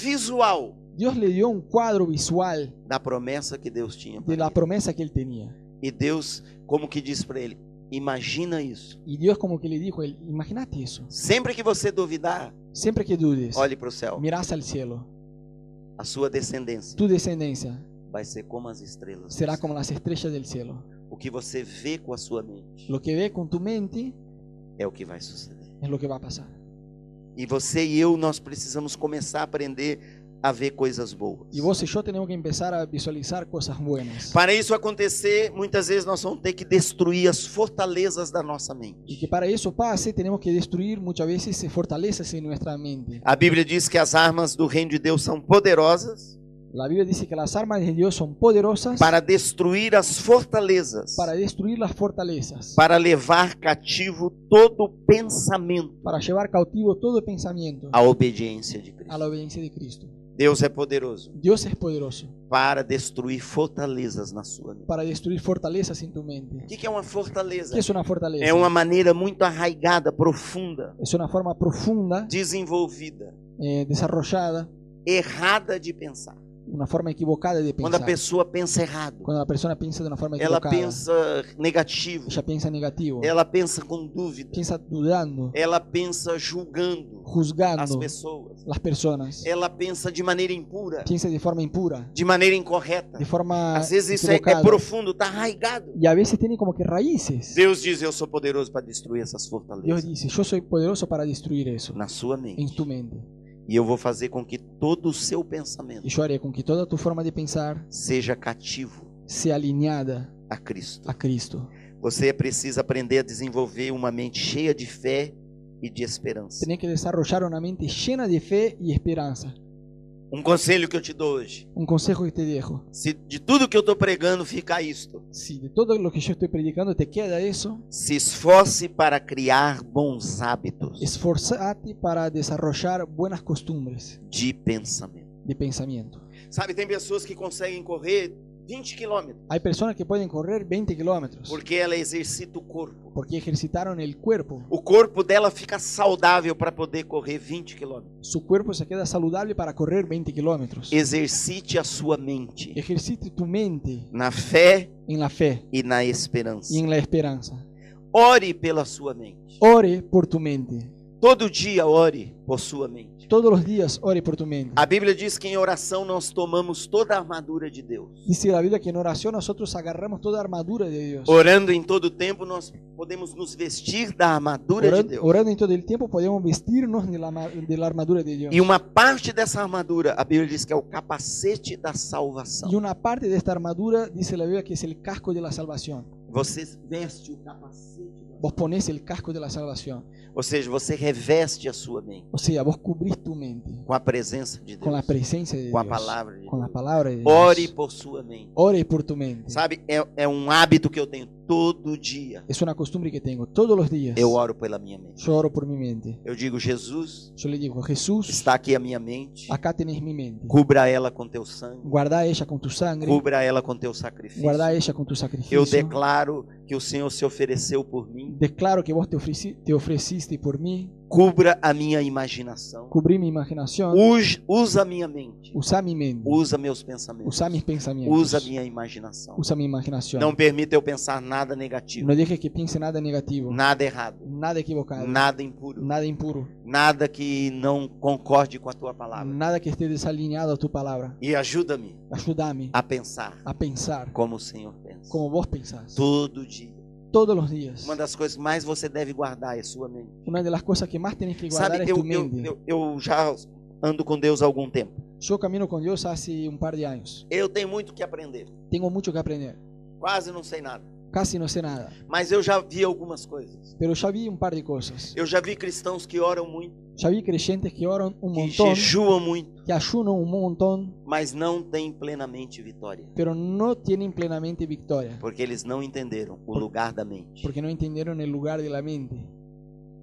Speaker 1: visual
Speaker 2: Dios le dio un cuadro visual
Speaker 1: da promessa que Deus tinha. pra
Speaker 2: de la
Speaker 1: ele.
Speaker 2: promesa que él tenía.
Speaker 1: E Deus, como que diz para ele: imagina isso.
Speaker 2: Y Dios como que le dijo a él, imagínate eso.
Speaker 1: Sempre que você duvidar,
Speaker 2: Siempre que dudes,
Speaker 1: olhe para o céu.
Speaker 2: mirás al cielo.
Speaker 1: A sua descendência
Speaker 2: Tu descendencia
Speaker 1: vai ser como as estrelas.
Speaker 2: será como las estrellas del cielo.
Speaker 1: O que você vê com a sua mente
Speaker 2: Lo que ve con tu mente
Speaker 1: é o que vai suceder.
Speaker 2: es lo que va a pasar.
Speaker 1: E você e eu, nós precisamos começar a aprender a ver coisas boas.
Speaker 2: Y vos y yo tenemos que empezar a visualizar cosas buenas.
Speaker 1: Para isso acontecer, muitas vezes nós vamos ter que destruir as fortalezas da nossa
Speaker 2: Y que
Speaker 1: mente.
Speaker 2: para eso pase, tenemos que destruir muchas veces fortalezas en nuestra mente.
Speaker 1: A Bíblia diz que as armas do reino de Deus são poderosas
Speaker 2: La Biblia dice que las armas de Dios son poderosas para,
Speaker 1: para destruir as fortalezas,
Speaker 2: destruir las fortalezas, para,
Speaker 1: para levar cativo todo pensamento
Speaker 2: llevar cautivo todo pensamiento
Speaker 1: à obediência de Cristo.
Speaker 2: a la obediencia de Cristo.
Speaker 1: Deus é poderoso
Speaker 2: Dios es poderoso
Speaker 1: para destruir fortalezas na sua mente.
Speaker 2: para destruir fortalezas en tu
Speaker 1: O
Speaker 2: mente.
Speaker 1: que que é uma fortaleza?
Speaker 2: ¿Qué es una fortaleza?
Speaker 1: É uma maneira muito arraigada, profunda,
Speaker 2: Es una forma profunda,
Speaker 1: desenvolvida,
Speaker 2: eh, desarrollada,
Speaker 1: errada de pensar.
Speaker 2: una forma equivocada de
Speaker 1: Quando a
Speaker 2: pensar.
Speaker 1: pessoa pensa errado,
Speaker 2: Cuando la persona piensa de una forma
Speaker 1: ela
Speaker 2: equivocada,
Speaker 1: pensa negativo,
Speaker 2: ella piensa negativo,
Speaker 1: ela pensa com dúvida,
Speaker 2: piensa dudando,
Speaker 1: ela pensa julgando as
Speaker 2: juzgando
Speaker 1: pessoas,
Speaker 2: las personas,
Speaker 1: ela pensa de maneira impura,
Speaker 2: piensa de forma impura,
Speaker 1: de maneira incorreta.
Speaker 2: de forma
Speaker 1: Às vezes isso é, é
Speaker 2: equivocada.
Speaker 1: profundo, está arraigado.
Speaker 2: y a veces tiene como que raíces.
Speaker 1: Deus diz: Eu sou poderoso para destruir essas
Speaker 2: Dios
Speaker 1: fortalezas
Speaker 2: dice, yo soy poderoso para destruir eso
Speaker 1: na sua
Speaker 2: en
Speaker 1: mente.
Speaker 2: tu mente.
Speaker 1: E eu vou fazer com que todo o seu pensamento
Speaker 2: Y yo haré con que toda tu forma de pensar
Speaker 1: seja cativo
Speaker 2: se alinhada
Speaker 1: a Cristo.
Speaker 2: a Cristo.
Speaker 1: Você precisa aprender a desenvolver uma mente cheia de fé e de esperança.
Speaker 2: Tenés que desarrollar una mente llena de fe y esperanza.
Speaker 1: Um conselho que eu te dou hoje:
Speaker 2: Un consejo que te dejo.
Speaker 1: se de tudo que eu estou pregando ficar isto,
Speaker 2: Si de todo lo que yo estoy predicando te queda eso,
Speaker 1: se esforce para criar bons hábitos
Speaker 2: esforzate para desarrollar buenas costumbres
Speaker 1: de pensamento.
Speaker 2: de pensamiento.
Speaker 1: Sabe, tem pessoas que conseguem correr 20 quilômetros
Speaker 2: Hay personas que pueden correr 20 kilómetros
Speaker 1: porque ela exercita o corpo.
Speaker 2: porque ejercitaron el cuerpo.
Speaker 1: O corpo dela fica saudável para poder correr 20 quilômetros.
Speaker 2: Su cuerpo se queda saludable para correr 20 kilómetros.
Speaker 1: Exercite a sua mente
Speaker 2: Ejercite tu mente
Speaker 1: na fé
Speaker 2: en la fe
Speaker 1: e na esperança.
Speaker 2: y en la esperanza.
Speaker 1: Ore pela sua mente.
Speaker 2: Ore por tu mente.
Speaker 1: Todo dia ore por sua mente.
Speaker 2: Todos los días ore por tu mente.
Speaker 1: A Bíblia diz que em oração nós tomamos toda a armadura de Deus.
Speaker 2: Dice la Biblia que en oración nosotros agarramos toda armadura de Dios.
Speaker 1: Orando em todo tempo nós podemos nos vestir da armadura de
Speaker 2: Orando,
Speaker 1: Deus.
Speaker 2: orando en todo el tiempo podemos vestirnos de la, ma- de la armadura de Dios.
Speaker 1: E uma parte dessa armadura, a Bíblia diz que é o capacete da salvação.
Speaker 2: Y una parte de esta armadura dice la Biblia que es el casco de la salvación.
Speaker 1: Você veste o capacete. da-
Speaker 2: Vos ponés el casco de la salvación.
Speaker 1: Ou seja, você reveste a sua mente
Speaker 2: O sea, vos cubrís tu mente
Speaker 1: com a presença de Deus,
Speaker 2: con la presencia de
Speaker 1: com a
Speaker 2: Dios,
Speaker 1: palavra de
Speaker 2: con la
Speaker 1: Deus.
Speaker 2: palabra de
Speaker 1: Ore
Speaker 2: Dios.
Speaker 1: por sua mente.
Speaker 2: Ore por tu mente.
Speaker 1: Sabe, é, é um hábito que eu tenho todo dia.
Speaker 2: Es una costumbre que tengo todos los días.
Speaker 1: Eu oro pela minha mente.
Speaker 2: Yo oro por mi mente.
Speaker 1: Eu digo, Jesus,
Speaker 2: Yo le digo, Jesús,
Speaker 1: está aqui a minha mente.
Speaker 2: acá tenés mi mente.
Speaker 1: Cubra ela com teu sangue.
Speaker 2: Guarda ella con tu sangre.
Speaker 1: Cubra ela com teu sacrifício.
Speaker 2: Guarda ella con tu
Speaker 1: Eu
Speaker 2: sacrificio.
Speaker 1: declaro que o Senhor se ofereceu por mim.
Speaker 2: Declaro que vos te, ofreci- te ofreciste por mí.
Speaker 1: Cubra a minha imaginação.
Speaker 2: Cubrí mi imaginación.
Speaker 1: Us- Usa a minha mente.
Speaker 2: Usa mi mente.
Speaker 1: Usa meus pensamentos.
Speaker 2: Usa mis pensamientos.
Speaker 1: Usa a minha imaginação.
Speaker 2: Usa mi imaginación.
Speaker 1: Não permita eu pensar nada negativo,
Speaker 2: No dejes que piense nada negativo.
Speaker 1: nada errado,
Speaker 2: Nada equivocado.
Speaker 1: nada impuro,
Speaker 2: Nada impuro.
Speaker 1: nada que não concorde com a tua palavra.
Speaker 2: Nada que esté desalineado a tu palabra.
Speaker 1: E ajuda-me
Speaker 2: Ayúdame
Speaker 1: a pensar
Speaker 2: a pensar
Speaker 1: como o Senhor pensa.
Speaker 2: como vos pensás.
Speaker 1: Todo dia.
Speaker 2: Todos los días.
Speaker 1: Uma das coisas mais você deve guardar é sua mente.
Speaker 2: Una de las cosas que más tenés que guardar
Speaker 1: Sabe,
Speaker 2: es tu
Speaker 1: eu, eu,
Speaker 2: mente.
Speaker 1: eu, eu já ando com Deus há algum tempo.
Speaker 2: Yo camino con Dios hace un par de años.
Speaker 1: Eu tenho muito que aprender.
Speaker 2: Tengo mucho que aprender.
Speaker 1: Quase não sei nada.
Speaker 2: Casi no sé nada.
Speaker 1: Mas eu já vi algumas coisas.
Speaker 2: Pero ya vi un par de cosas.
Speaker 1: Eu já vi cristãos que oram muito,
Speaker 2: Ya vi creyentes que oran un
Speaker 1: que
Speaker 2: montón,
Speaker 1: jejuam muito,
Speaker 2: que ayunan un montón,
Speaker 1: mas não têm plenamente vitória.
Speaker 2: pero no tienen plenamente victoria.
Speaker 1: Porque eles não entenderam o lugar da mente.
Speaker 2: Porque no entendieron el lugar de la mente.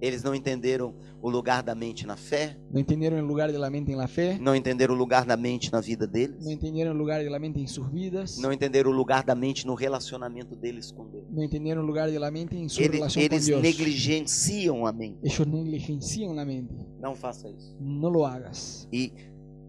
Speaker 1: Eles não entenderam o lugar da mente na fé,
Speaker 2: No entendieron el lugar de la mente en la fe.
Speaker 1: não entenderam o lugar da mente na vida deles,
Speaker 2: No entendieron el lugar de la mente en sus vidas.
Speaker 1: não entenderam o lugar da mente no relacionamento deles com Deus.
Speaker 2: No entendieron el lugar de la mente en su
Speaker 1: Eles,
Speaker 2: relación con
Speaker 1: eles
Speaker 2: Dios.
Speaker 1: negligenciam a mente.
Speaker 2: Ellos negligencian la mente.
Speaker 1: Não faça isso.
Speaker 2: No lo hagas.
Speaker 1: E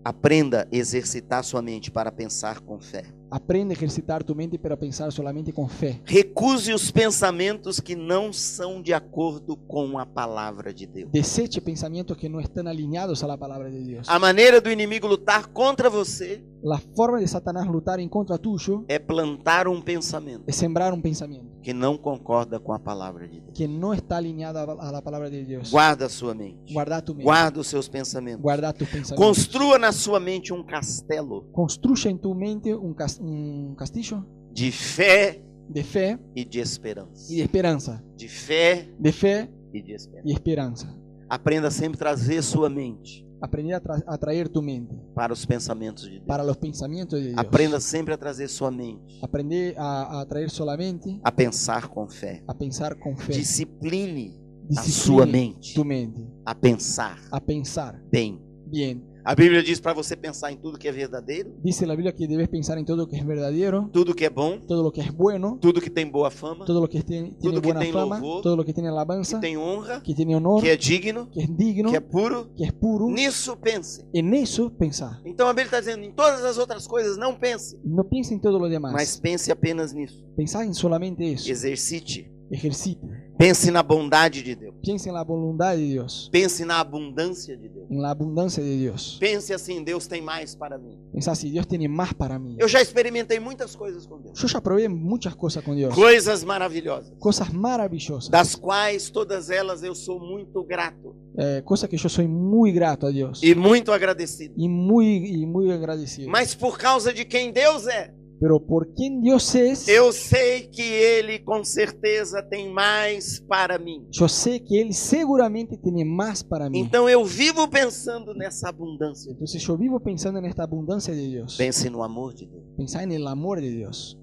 Speaker 1: aprenda a exercitar sua mente para pensar com fé.
Speaker 2: Aprende a ejercitar tu mente para pensar solamente con fe.
Speaker 1: Recuse os pensamentos que não são de acordo com a palavra de Deus.
Speaker 2: Deseche pensamientos que no están alineados a la palabra de Dios.
Speaker 1: A maneira do inimigo lutar contra você
Speaker 2: La forma de Satanás lutar en contra tuyo
Speaker 1: é plantar um pensamento
Speaker 2: es sembrar un pensamiento
Speaker 1: que não concorda com a palavra de Deus.
Speaker 2: que no está alineada a la palabra de Dios.
Speaker 1: Guarda a sua mente.
Speaker 2: Guarda tu mente.
Speaker 1: Guarda os seus pensamentos.
Speaker 2: Guarda tus
Speaker 1: Tá
Speaker 2: pensamientos.
Speaker 1: Construa na sua mente um castelo
Speaker 2: Construye en tu mente un, cas- un castillo
Speaker 1: de fé
Speaker 2: de fe
Speaker 1: e de esperança.
Speaker 2: y de esperanza.
Speaker 1: De fé
Speaker 2: De fe
Speaker 1: e de esperança.
Speaker 2: y esperanza.
Speaker 1: Aprenda sempre a trazer sua mente
Speaker 2: Aprender a, tra- a traer tu mente
Speaker 1: para os pensamentos de Deus.
Speaker 2: para los pensamientos de Dios.
Speaker 1: Aprenda sempre a trazer sua mente
Speaker 2: Aprender a, a traer solamente,
Speaker 1: a pensar com fé.
Speaker 2: a pensar con fe.
Speaker 1: Discipline a
Speaker 2: Disciplina
Speaker 1: sua mente
Speaker 2: tu mente.
Speaker 1: a pensar
Speaker 2: A pensar
Speaker 1: bem.
Speaker 2: bien.
Speaker 1: A Bíblia diz para você pensar em tudo que é verdadeiro,
Speaker 2: Dice la Biblia que debes pensar en todo lo que es verdadero,
Speaker 1: tudo que é bom,
Speaker 2: todo lo que es bueno,
Speaker 1: tudo que tem boa fama,
Speaker 2: todo lo que tiene, tiene
Speaker 1: que
Speaker 2: buena
Speaker 1: tiene
Speaker 2: fama,
Speaker 1: louvor,
Speaker 2: todo lo que tiene
Speaker 1: que
Speaker 2: alabanza,
Speaker 1: tem honra,
Speaker 2: que tiene honor,
Speaker 1: que é digno,
Speaker 2: que es digno,
Speaker 1: que é puro.
Speaker 2: que es puro.
Speaker 1: Nisso pense.
Speaker 2: En eso pensá.
Speaker 1: Então a Bíblia está dizendo, em todas as outras coisas não pense,
Speaker 2: No piensa en todo lo demás.
Speaker 1: mas pense apenas nisso.
Speaker 2: Pensá en solamente eso.
Speaker 1: Exercite.
Speaker 2: Ejercite.
Speaker 1: Pense na bondade de Deus.
Speaker 2: Piensa en la voluntad de Dios,
Speaker 1: Pense na abundância de Deus.
Speaker 2: en la abundancia de Dios.
Speaker 1: Pense assim, Deus tem mais para mim.
Speaker 2: Pensá si Dios tiene más para mí.
Speaker 1: Eu já experimentei muitas coisas com Deus.
Speaker 2: Yo ya probé muchas cosas con Dios,
Speaker 1: Coisas maravilhosas,
Speaker 2: cosas maravillosas,
Speaker 1: das quais todas elas eu sou muito grato
Speaker 2: eh, cosas que yo soy muy grato a Dios
Speaker 1: e muito agradecido.
Speaker 2: y muy, y muy agradecido.
Speaker 1: Mas por causa de quem Deus é,
Speaker 2: pero por quien Dios es,
Speaker 1: Eu sei que Ele com certeza tem mais para mim.
Speaker 2: yo sé que Él seguramente tiene más para mí.
Speaker 1: Então eu vivo pensando nessa abundância.
Speaker 2: Entonces yo vivo pensando en esta abundancia de Dios.
Speaker 1: Pense no amor de Deus.
Speaker 2: Pensar en el amor de Dios.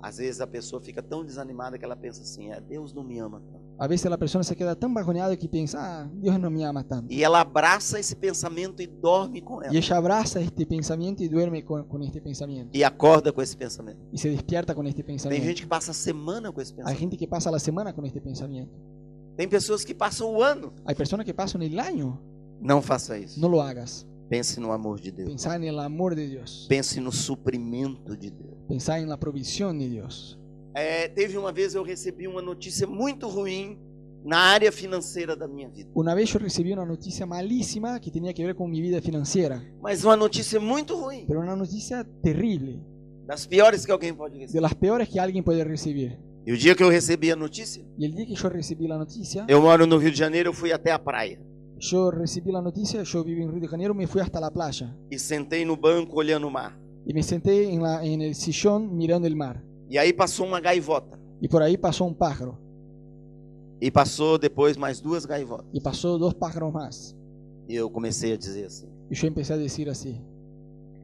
Speaker 1: Às vezes a pessoa fica tão desanimada que ela pensa assim: "Ah, Deus não me ama tanto.
Speaker 2: A veces la persona se queda tan bajoneada que piensa, ah, Dios no me ama tanto.
Speaker 1: E ela abraça esse pensamento e dorme com
Speaker 2: Y
Speaker 1: ela.
Speaker 2: ella abraza este pensamiento y duerme con, con este pensamiento.
Speaker 1: E acorda com esse pensamento.
Speaker 2: Y se despierta con este
Speaker 1: Tem
Speaker 2: pensamiento.
Speaker 1: gente que passa a semana com esse
Speaker 2: Hay
Speaker 1: pensamento.
Speaker 2: gente que pasa la semana con este pensamiento.
Speaker 1: Tem pessoas que passam o ano.
Speaker 2: Hay personas que pasan el año.
Speaker 1: Não faça isso.
Speaker 2: No lo hagas.
Speaker 1: Pense no amor de Deus.
Speaker 2: Pensar en el amor de Dios.
Speaker 1: Pense no suprimento de Deus.
Speaker 2: Pensar en la provisión de Dios.
Speaker 1: É, teve uma vez eu recebi uma notícia muito ruim na área financeira da minha vida.
Speaker 2: Una vez yo recibí una noticia malísima que tenía que ver con mi vida financiera.
Speaker 1: Mas uma notícia muito ruim.
Speaker 2: Pero una noticia terrible.
Speaker 1: Das piores que alguém pode
Speaker 2: De
Speaker 1: receber.
Speaker 2: las peores que alguien puede recibir.
Speaker 1: E o dia que eu recebi a notícia,
Speaker 2: Y el día que yo recibí la noticia,
Speaker 1: eu moro no Rio de Janeiro, eu fui até a praia.
Speaker 2: yo recibí la noticia, yo vivo en Río de Janeiro, me fui hasta la playa.
Speaker 1: E sentei no banco olhando o mar.
Speaker 2: Y me senté en, la, en el sillón mirando el mar.
Speaker 1: E aí passou uma gaivota.
Speaker 2: Y por ahí pasó un pájaro.
Speaker 1: E passou depois mais duas gaivotas.
Speaker 2: Y pasó dos pájaros más.
Speaker 1: E eu comecei a dizer assim:
Speaker 2: Y yo empecé a decir así,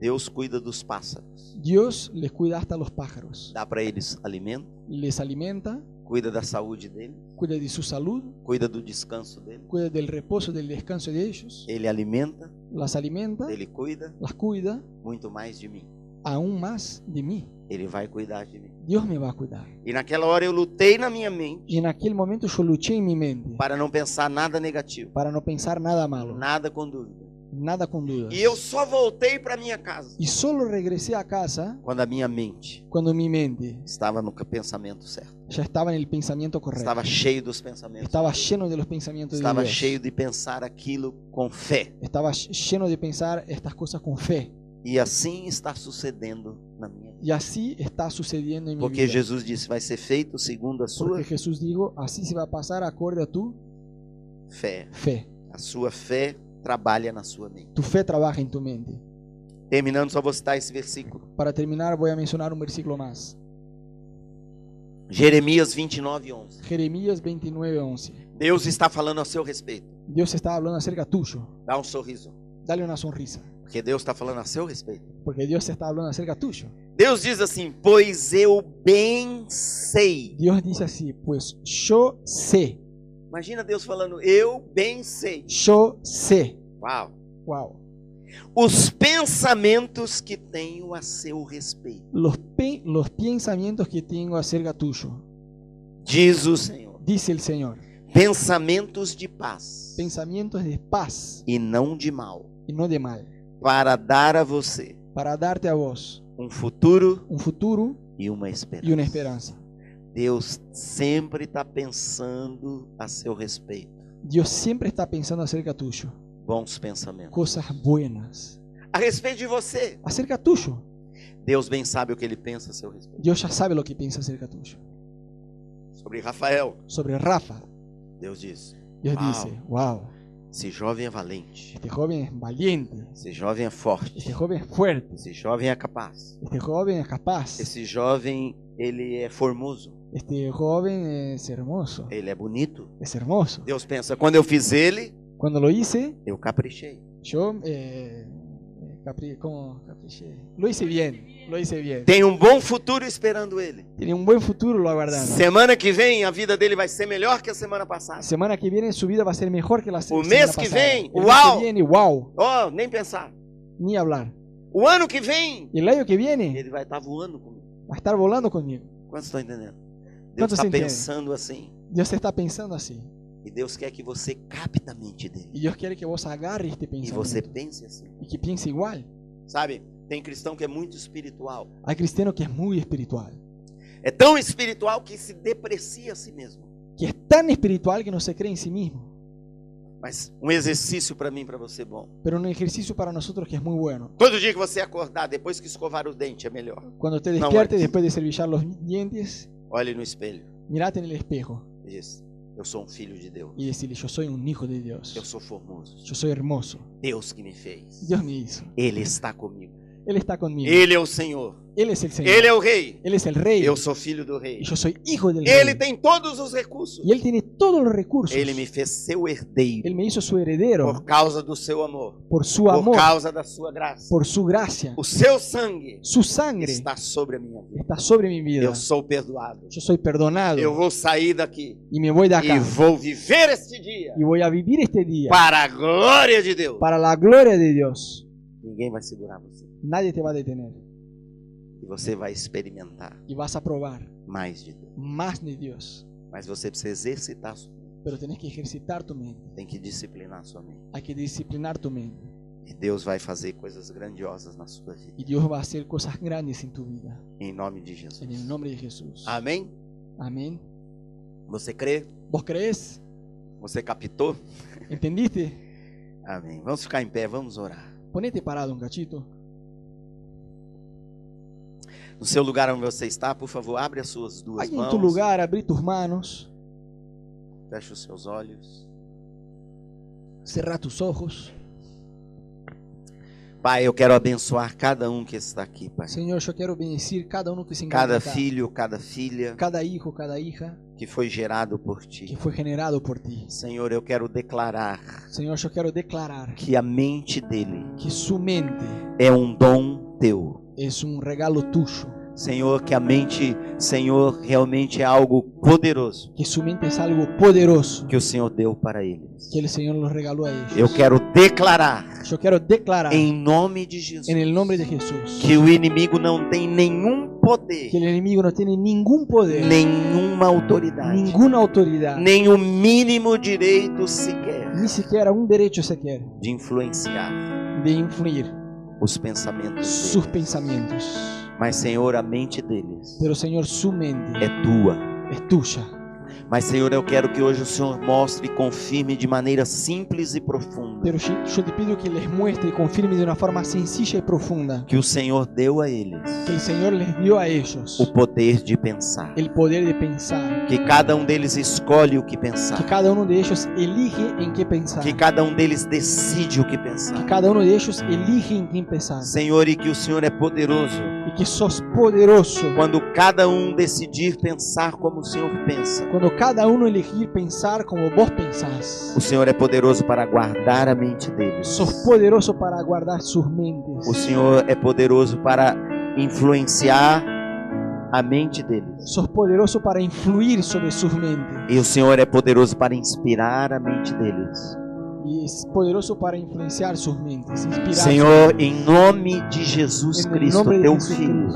Speaker 1: Deus cuida dos pássaros.
Speaker 2: Dios les cuida hasta los pájaros.
Speaker 1: Dá para eles alimento,
Speaker 2: Les alimenta,
Speaker 1: cuida da saúde dele,
Speaker 2: cuida de su salud,
Speaker 1: cuida do descanso dele.
Speaker 2: cuida del reposo, del descanso de ellos.
Speaker 1: Ele alimenta,
Speaker 2: Las alimenta,
Speaker 1: ele cuida
Speaker 2: las cuida,
Speaker 1: muito mais de mim.
Speaker 2: aún más de mí.
Speaker 1: Ele vai cuidar de mim.
Speaker 2: Dios me va a cuidar.
Speaker 1: E naquela hora eu lutei na minha mente
Speaker 2: Y en aquel momento yo luché en mi mente
Speaker 1: para não pensar nada negativo,
Speaker 2: para no pensar nada malo,
Speaker 1: nada com dúvida.
Speaker 2: nada con dudas.
Speaker 1: E eu só voltei para minha casa
Speaker 2: Y solo regresé a casa
Speaker 1: quando a minha mente
Speaker 2: cuando mi mente
Speaker 1: estava no pensamento certo.
Speaker 2: ya estaba en el pensamiento correcto.
Speaker 1: Estava cheio dos pensamentos.
Speaker 2: Estaba lleno de los pensamientos de
Speaker 1: Estava
Speaker 2: Dios.
Speaker 1: cheio de pensar aquilo com fé.
Speaker 2: Estaba lleno de pensar estas cosas con fe.
Speaker 1: E assim está sucedendo na minha vida.
Speaker 2: Y así está sucediendo en mi
Speaker 1: Porque
Speaker 2: vida.
Speaker 1: Jesus disse: vai ser feito segundo a sua
Speaker 2: Porque Jesús dijo, así se va a pasar acorde a tu
Speaker 1: fé.
Speaker 2: fe.
Speaker 1: A sua fé trabalha na sua mente.
Speaker 2: Tu fe trabaja en tu mente.
Speaker 1: Terminando, só vou citar esse versículo.
Speaker 2: Para terminar voy a mencionar un versículo más.
Speaker 1: Jeremias 29, 11.
Speaker 2: Jeremías 29:11.
Speaker 1: Deus está falando a seu respeito.
Speaker 2: Dios está hablando acerca tuyo.
Speaker 1: Dá um sorriso.
Speaker 2: Dale una sonrisa,
Speaker 1: Porque Deus está falando a seu respeito.
Speaker 2: porque Dios está hablando acerca tuyo.
Speaker 1: Deus diz assim: Pois eu bem sei.
Speaker 2: Dios dice así, pues yo sé,
Speaker 1: Imagina Deus falando: Eu bem sei.
Speaker 2: yo sé.
Speaker 1: Uau.
Speaker 2: Wow.
Speaker 1: Os pensamentos que tenho a seu respeito.
Speaker 2: Los, pe- los pensamientos que tengo acerca tuyo,
Speaker 1: Diz o Senhor:
Speaker 2: dice el Señor.
Speaker 1: Pensamentos de paz
Speaker 2: Pensamientos de paz
Speaker 1: e não de mal,
Speaker 2: y no de mal,
Speaker 1: para dar a você
Speaker 2: para darte a vos
Speaker 1: um futuro
Speaker 2: un futuro
Speaker 1: e uma esperança.
Speaker 2: y una esperanza.
Speaker 1: Deus sempre está pensando a seu respeito.
Speaker 2: Dios siempre está pensando acerca tuyo,
Speaker 1: Bons pensamentos.
Speaker 2: cosas buenas.
Speaker 1: A respeito de você,
Speaker 2: Acerca tuyo,
Speaker 1: Deus bem sabe o que ele pensa a seu respeito.
Speaker 2: Dios ya sabe lo que piensa acerca tuyo.
Speaker 1: Sobre Rafael,
Speaker 2: Sobre Rafa,
Speaker 1: Deus diz:
Speaker 2: Dios
Speaker 1: Wow.
Speaker 2: dice, wow,
Speaker 1: esse jovem é valente,
Speaker 2: este joven es valiente,
Speaker 1: esse jovem é forte,
Speaker 2: este joven es fuerte,
Speaker 1: esse jovem é capaz,
Speaker 2: este joven es capaz.
Speaker 1: esse jovem ele é formoso,
Speaker 2: Este joven es hermoso,
Speaker 1: ele é bonito.
Speaker 2: es hermoso.
Speaker 1: Deus pensa: quando eu fiz ele,
Speaker 2: Cuando lo hice,
Speaker 1: eu caprichei.
Speaker 2: yo eh, capri- ¿cómo? capriché. Lo hice bien, lo hice bien.
Speaker 1: Tem um bom futuro esperando ele.
Speaker 2: Tiene un buen futuro lo aguardando.
Speaker 1: Semana que vem a vida dele vai ser melhor que a semana passada.
Speaker 2: Semana que viene su vida va a ser mejor que la se-
Speaker 1: Un
Speaker 2: semana
Speaker 1: mes que
Speaker 2: pasada.
Speaker 1: ven,
Speaker 2: El mes
Speaker 1: wow.
Speaker 2: que viene, wow,
Speaker 1: Oh, nem pensar.
Speaker 2: ni hablar.
Speaker 1: O ano que vem
Speaker 2: Y el año que viene
Speaker 1: Ele vai estar voando comigo.
Speaker 2: va a estar volando conmigo.
Speaker 1: Quantos estão entendendo? Deus
Speaker 2: Quantos
Speaker 1: está
Speaker 2: entendem?
Speaker 1: pensando assim.
Speaker 2: Dios está pensando así.
Speaker 1: E Deus quer que você capte a mente dele.
Speaker 2: Y Dios quiere que vos agarres este
Speaker 1: E
Speaker 2: pensamiento
Speaker 1: você pense assim.
Speaker 2: y que piense igual.
Speaker 1: Sabe? Tem cristão que é muito espiritual.
Speaker 2: Hay cristiano que es muy espiritual,
Speaker 1: É tão espiritual que se deprecia a si mesmo.
Speaker 2: que es tan espiritual que no se cree en sí mismo.
Speaker 1: Mas um exercício para mim, para você, bom.
Speaker 2: Pero un ejercicio para nosotros que es muy bueno.
Speaker 1: Todo dia que você acordar, depois que escovar o dente, é melhor.
Speaker 2: Cuando te
Speaker 1: No
Speaker 2: despiertes
Speaker 1: worries.
Speaker 2: después de servillar los dientes,
Speaker 1: Olhe no espelho
Speaker 2: mirate en el espejo
Speaker 1: e diz: Eu sou um filho de Deus.
Speaker 2: y decirle, yo soy un hijo de
Speaker 1: Eu
Speaker 2: Dios.
Speaker 1: sou formoso.
Speaker 2: Yo soy hermoso.
Speaker 1: Deus que me fez.
Speaker 2: Dios me hizo.
Speaker 1: Ele está comigo.
Speaker 2: Él Él está conmigo.
Speaker 1: Ele é o Senhor.
Speaker 2: Él es el Señor.
Speaker 1: Ele é o Rei.
Speaker 2: Él es el Rey.
Speaker 1: Eu sou filho do Rei.
Speaker 2: Y yo soy hijo del
Speaker 1: Ele
Speaker 2: Rey.
Speaker 1: tem todos os recursos.
Speaker 2: Y Él tiene todos los recursos.
Speaker 1: Ele me fez seu herdeiro
Speaker 2: Él me hizo su heredero
Speaker 1: por causa do seu amor,
Speaker 2: por su
Speaker 1: por
Speaker 2: amor,
Speaker 1: causa da sua graça.
Speaker 2: por su gracia.
Speaker 1: O seu sangue
Speaker 2: Su sangre
Speaker 1: está sobre a minha vida.
Speaker 2: está sobre mi vida.
Speaker 1: Eu sou perdoado.
Speaker 2: Yo soy
Speaker 1: Eu
Speaker 2: perdonado
Speaker 1: vou sair daqui
Speaker 2: y me voy de
Speaker 1: e
Speaker 2: acá.
Speaker 1: vou viver este dia
Speaker 2: Y voy a vivir este día
Speaker 1: para a glória de Deus.
Speaker 2: é? para la gloria de Dios.
Speaker 1: Ninguém vai segurar você.
Speaker 2: Nadie te va a detener
Speaker 1: E você vai experimentar
Speaker 2: y vas a probar
Speaker 1: mais de Deus.
Speaker 2: más de Dios.
Speaker 1: Mas você precisa exercitar, a sua mente,
Speaker 2: Pero tenés que ejercitar tu mente.
Speaker 1: tem que disciplinar a sua mente.
Speaker 2: Hay que disciplinar tu mente.
Speaker 1: E Deus vai fazer coisas grandiosas na sua vida.
Speaker 2: Y Dios va a hacer cosas grandes en tu vida.
Speaker 1: Em nome de Jesus.
Speaker 2: En el nombre de Jesús.
Speaker 1: Amém?
Speaker 2: Amén.
Speaker 1: Você crê?
Speaker 2: ¿Vos crees?
Speaker 1: Você captou?
Speaker 2: ¿Entendiste?
Speaker 1: Amém. Vamos ficar em pé, vamos orar.
Speaker 2: Ponete parado un cachito.
Speaker 1: No seu lugar onde você está, por favor, abre as suas duas
Speaker 2: Ahí en
Speaker 1: mãos.
Speaker 2: tu lugar, abrí tus manos,
Speaker 1: Feche os seus olhos.
Speaker 2: cerrá tus ojos.
Speaker 1: Pai, eu quero abençoar cada um que está aqui, Pai.
Speaker 2: Señor, yo quiero bendecir cada uno que se encuentra
Speaker 1: Cada
Speaker 2: acá.
Speaker 1: filho, cada filha
Speaker 2: cada hijo, cada hija
Speaker 1: que foi gerado por
Speaker 2: que
Speaker 1: ti.
Speaker 2: fue generado por ti.
Speaker 1: Senhor, eu quero declarar
Speaker 2: Señor, yo quiero declarar
Speaker 1: que a mente dele
Speaker 2: que su mente
Speaker 1: é um dom teu.
Speaker 2: es un regalo tuyo,
Speaker 1: Senhor, que a mente, Senhor, realmente é algo poderoso
Speaker 2: que su mente es algo poderoso
Speaker 1: que o Senhor deu para eles.
Speaker 2: que el Señor los regaló a ellos.
Speaker 1: Eu quero declarar
Speaker 2: Yo quiero declarar
Speaker 1: em nome de Jesus
Speaker 2: en el nombre de Jesús
Speaker 1: que o inimigo não tem nenhum poder,
Speaker 2: que el enemigo no tiene ningún poder,
Speaker 1: nenhuma autoridade,
Speaker 2: ninguna autoridad,
Speaker 1: nem o mínimo direito sequer
Speaker 2: ni siquiera un derecho se quiere
Speaker 1: de influenciar
Speaker 2: de influir
Speaker 1: os pensamentos deles.
Speaker 2: sus pensamientos.
Speaker 1: Mas, Senhor, a mente deles
Speaker 2: Pero Señor, su mente
Speaker 1: é tua.
Speaker 2: es tuya.
Speaker 1: Mas, Senhor, eu quero que hoje o Senhor mostre e confirme de maneira simples e profunda
Speaker 2: Pero yo yo te pido que les muestre y confirme de una forma sencilla y profunda
Speaker 1: que o Senhor deu a eles
Speaker 2: que el Señor les dio
Speaker 1: o
Speaker 2: a ellos
Speaker 1: poder de pensar.
Speaker 2: el poder de pensar,
Speaker 1: Que cada um deles escolhe o que
Speaker 2: que
Speaker 1: pensar.
Speaker 2: cada uno de ellos elige en qué pensar,
Speaker 1: Que
Speaker 2: que
Speaker 1: cada um deles decide o que pensar.
Speaker 2: cada uno de ellos elige en qué pensar,
Speaker 1: Senhor, e que o Senhor é poderoso
Speaker 2: y que sos poderoso
Speaker 1: quando cada um decidir pensar como o Senhor pensa.
Speaker 2: cuando cada uno elegir pensar como vos pensás.
Speaker 1: O Senhor é poderoso para guardar a mente deles.
Speaker 2: Sos poderoso para guardar sus
Speaker 1: O
Speaker 2: mentes.
Speaker 1: Senhor é poderoso para influenciar a mente deles.
Speaker 2: Sos poderoso para influir sobre sus mentes.
Speaker 1: E o Senhor é poderoso para inspirar a mente deles.
Speaker 2: Y es poderoso para influenciar sus mentes. Inspirar
Speaker 1: Senhor, em nome de Jesus
Speaker 2: en el
Speaker 1: Cristo,
Speaker 2: nombre de
Speaker 1: teu
Speaker 2: Jesucristo,
Speaker 1: filho,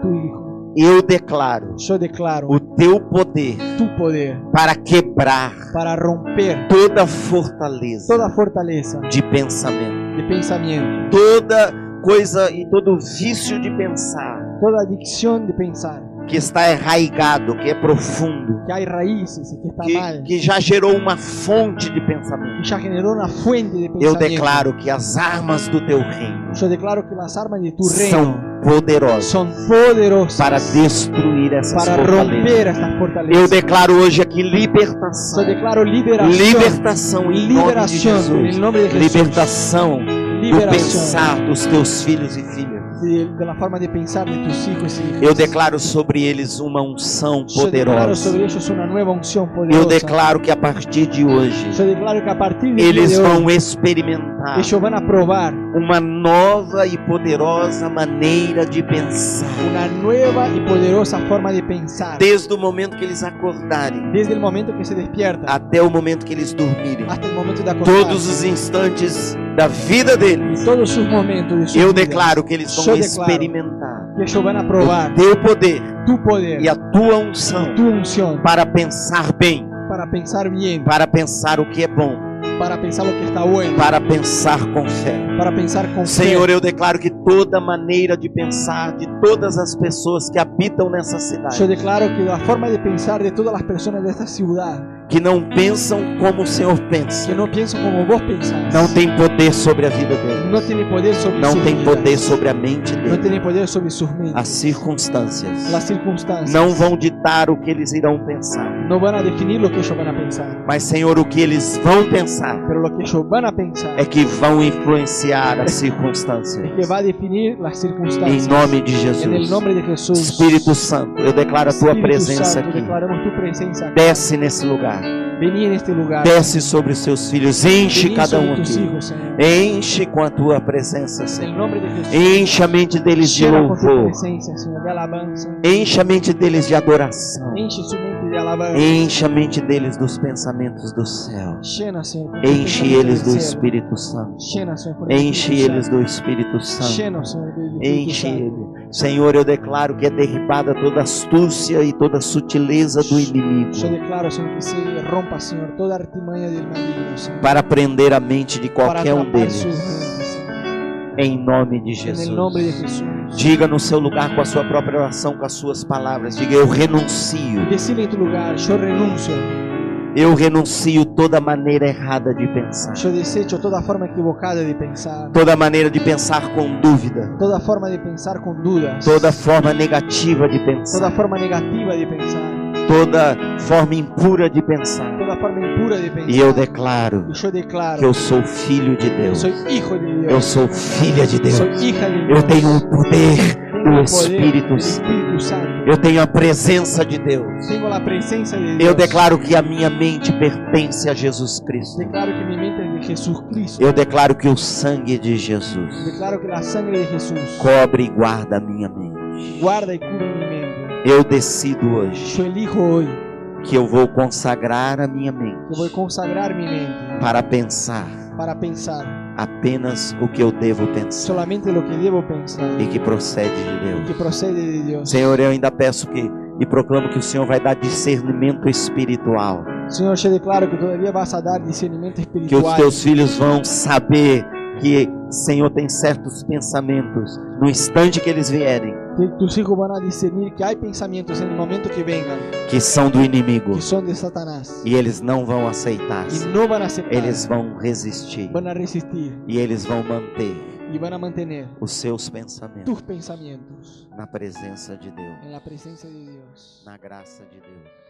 Speaker 2: tu Hijo.
Speaker 1: eu declaro
Speaker 2: Yo declaro
Speaker 1: o teu poder
Speaker 2: tu poder
Speaker 1: para quebrar
Speaker 2: para romper
Speaker 1: toda fortaleza
Speaker 2: toda fortaleza
Speaker 1: de pensamento,
Speaker 2: de pensamiento,
Speaker 1: toda coisa e todo vício de pensar
Speaker 2: toda adicción de pensar.
Speaker 1: que está arraigado, que é profundo,
Speaker 2: que hay raíces y que está
Speaker 1: que,
Speaker 2: mal,
Speaker 1: que já gerou uma fonte de pensamento.
Speaker 2: que ya generó una fuente de
Speaker 1: Eu
Speaker 2: pensamiento.
Speaker 1: declaro que as armas do teu reino
Speaker 2: Yo declaro que las armas de tu
Speaker 1: são
Speaker 2: reino
Speaker 1: poderosas
Speaker 2: son poderosas
Speaker 1: para destruir essas
Speaker 2: para
Speaker 1: fortalezas.
Speaker 2: romper estas
Speaker 1: Eu
Speaker 2: fortalezas.
Speaker 1: declaro hoje aqui
Speaker 2: Yo
Speaker 1: libertação.
Speaker 2: declaro liberación,
Speaker 1: Libertação em nome de
Speaker 2: liberación en
Speaker 1: Jesus.
Speaker 2: el nombre de Jesús.
Speaker 1: Libertação do
Speaker 2: liberación
Speaker 1: pensar dos teus filhos e filhas.
Speaker 2: de, de la forma de pensar de tus hijos y hijas.
Speaker 1: Eu declaro sobre eles uma unção
Speaker 2: Yo declaro
Speaker 1: poderosa.
Speaker 2: sobre ellos una nueva unción
Speaker 1: Eu
Speaker 2: poderosa.
Speaker 1: declaro que a partir de hoje
Speaker 2: Yo declaro que a partir de,
Speaker 1: eles
Speaker 2: de hoy
Speaker 1: vão experimentar
Speaker 2: ellos van a probar
Speaker 1: uma nova e poderosa maneira de pensar.
Speaker 2: una nueva y poderosa forma de pensar.
Speaker 1: Desde o momento que eles acordarem
Speaker 2: Desde el momento que se despierta
Speaker 1: até o momento que eles dormirem,
Speaker 2: hasta el momento de acostarse.
Speaker 1: todos os instantes da vida deles,
Speaker 2: en todos sus momentos de su
Speaker 1: eu
Speaker 2: vida,
Speaker 1: declaro que eles vão
Speaker 2: Eu declaro.
Speaker 1: experimentar
Speaker 2: que ellos van a
Speaker 1: o
Speaker 2: probar
Speaker 1: teu poder
Speaker 2: tu poder
Speaker 1: e a tua unção
Speaker 2: tu unción
Speaker 1: para pensar bem,
Speaker 2: para pensar bien,
Speaker 1: para pensar o que é bom,
Speaker 2: para pensar lo que está bueno,
Speaker 1: para pensar com fé.
Speaker 2: para pensar con fe.
Speaker 1: Senhor, eu declaro que toda maneira de pensar de todas as pessoas que habitam nessa
Speaker 2: Yo
Speaker 1: cidade,
Speaker 2: declaro que la forma de pensar de todas las personas de esta ciudad
Speaker 1: que não pensam como o Senhor pensa,
Speaker 2: que no piensan como vos pensás.
Speaker 1: não tem poder sobre a vida dele,
Speaker 2: No tiene poder sobre
Speaker 1: não
Speaker 2: sus
Speaker 1: tem
Speaker 2: vidas.
Speaker 1: poder sobre a mente
Speaker 2: No
Speaker 1: dele.
Speaker 2: tiene poder sobre sus mentes.
Speaker 1: As circunstâncias
Speaker 2: Las circunstancias
Speaker 1: não vão ditar o que eles irão pensar,
Speaker 2: no van a definir lo que ellos van a pensar,
Speaker 1: mas, Senhor, o que eles vão pensar
Speaker 2: pero lo que ellos van a pensar
Speaker 1: é que vão influenciar as circunstâncias.
Speaker 2: es que va a definir las
Speaker 1: Em
Speaker 2: circunstancias.
Speaker 1: nome de
Speaker 2: En el
Speaker 1: Jesus,
Speaker 2: nombre de Jesús.
Speaker 1: Espírito Santo, eu declaro a tua
Speaker 2: Espíritu
Speaker 1: presença
Speaker 2: Santo,
Speaker 1: aqui.
Speaker 2: declaramos tu presencia. acá.
Speaker 1: Desce nesse lugar.
Speaker 2: Vení en este lugar.
Speaker 1: Desce sobre os seus filhos, enche
Speaker 2: Vení
Speaker 1: cada
Speaker 2: sobre
Speaker 1: um
Speaker 2: tus
Speaker 1: aqui.
Speaker 2: hijos, Señor.
Speaker 1: Enche com a tua presença,
Speaker 2: En
Speaker 1: Senhor.
Speaker 2: el nombre de Jesús.
Speaker 1: Enche a mente deles de
Speaker 2: Llena con tu
Speaker 1: louvor.
Speaker 2: presencia, Señor, de alabanza.
Speaker 1: Enche a mente deles de adoração.
Speaker 2: Enche su mente de alabanza.
Speaker 1: Enche a mente deles dos pensamentos do céu.
Speaker 2: Llena, Señor. con tu
Speaker 1: Enche
Speaker 2: presencia
Speaker 1: eles
Speaker 2: del
Speaker 1: do
Speaker 2: cielo.
Speaker 1: Espírito Santo.
Speaker 2: Llena, Señor. por el
Speaker 1: Enche
Speaker 2: Espíritu
Speaker 1: eles do Espírito
Speaker 2: Santo.
Speaker 1: Santo.
Speaker 2: Llena, Señor. del Espíritu
Speaker 1: Enche
Speaker 2: Santo.
Speaker 1: ele. Senhor, eu declaro que é derribada toda astúcia e toda sutileza do
Speaker 2: Yo
Speaker 1: inimigo
Speaker 2: declaro, Señor, que se rompa, Señor, toda artimaña del maligno, Señor.
Speaker 1: para prender a mente de
Speaker 2: Para
Speaker 1: qualquer um
Speaker 2: atrapar sus
Speaker 1: deles.
Speaker 2: mentes, Señor.
Speaker 1: Em nome de
Speaker 2: En el nombre de
Speaker 1: Jesus.
Speaker 2: Jesús.
Speaker 1: Diga no seu lugar com a sua própria oração, com as suas palavras. Diga, eu renuncio.
Speaker 2: Decile en tu lugar, yo renuncio.
Speaker 1: Eu renuncio toda maneira errada de pensar.
Speaker 2: Yo desecho toda forma equivocada de pensar.
Speaker 1: Toda maneira de pensar com dúvida.
Speaker 2: Toda forma de pensar con dudas.
Speaker 1: Toda forma negativa de
Speaker 2: toda
Speaker 1: pensar.
Speaker 2: forma negativa de pensar.
Speaker 1: Toda forma impura de pensar.
Speaker 2: Toda forma impura de pensar.
Speaker 1: E eu declaro
Speaker 2: Y yo declaro
Speaker 1: que eu sou filho de Deus.
Speaker 2: soy hijo de Dios.
Speaker 1: Eu sou filha de Deus.
Speaker 2: soy hija de Dios.
Speaker 1: Eu tenho o poder.
Speaker 2: Tengo
Speaker 1: do
Speaker 2: el poder
Speaker 1: Espíritu
Speaker 2: del
Speaker 1: Santo.
Speaker 2: Espíritu Santo.
Speaker 1: Eu tenho a presença de Deus.
Speaker 2: Tengo la presencia de Dios.
Speaker 1: Eu declaro que a minha mente pertence a Jesus Cristo.
Speaker 2: Declaro que mi mente es de Jesucristo.
Speaker 1: Eu declaro que o sangue de Jesus
Speaker 2: Declaro que la sangre de Jesús
Speaker 1: cobre e guarda a minha mente.
Speaker 2: guarda y cubre mi mente.
Speaker 1: Eu decido hoje
Speaker 2: Yo elijo hoy
Speaker 1: que eu vou consagrar a minha
Speaker 2: que voy a
Speaker 1: mente
Speaker 2: consagrar mi mente
Speaker 1: para pensar
Speaker 2: para pensar
Speaker 1: apenas o que eu devo pensar
Speaker 2: solamente lo que debo pensar
Speaker 1: e que procede de
Speaker 2: que
Speaker 1: Deus.
Speaker 2: procede de Dios.
Speaker 1: Senhor, eu ainda peço que e proclamo que o Senhor vai dar discernimento espiritual,
Speaker 2: Señor, yo declaro que todavía vas a dar discernimiento
Speaker 1: que os
Speaker 2: espiritual.
Speaker 1: teus filhos vão saber que Senhor tem certos pensamentos no instante que eles vierem
Speaker 2: Que tus hijos van a discernir que hay pensamientos en el momento que vengan
Speaker 1: que são do inimigo
Speaker 2: que son de Satanás
Speaker 1: e eles não vão aceitar.
Speaker 2: y no van a aceptar.
Speaker 1: Eles vão resistir
Speaker 2: van a resistir
Speaker 1: e eles vão manter
Speaker 2: y van a mantener
Speaker 1: os seus pensamentos
Speaker 2: tus pensamientos
Speaker 1: na presença de Deus,
Speaker 2: en la presencia de Dios.
Speaker 1: na graça de Deus.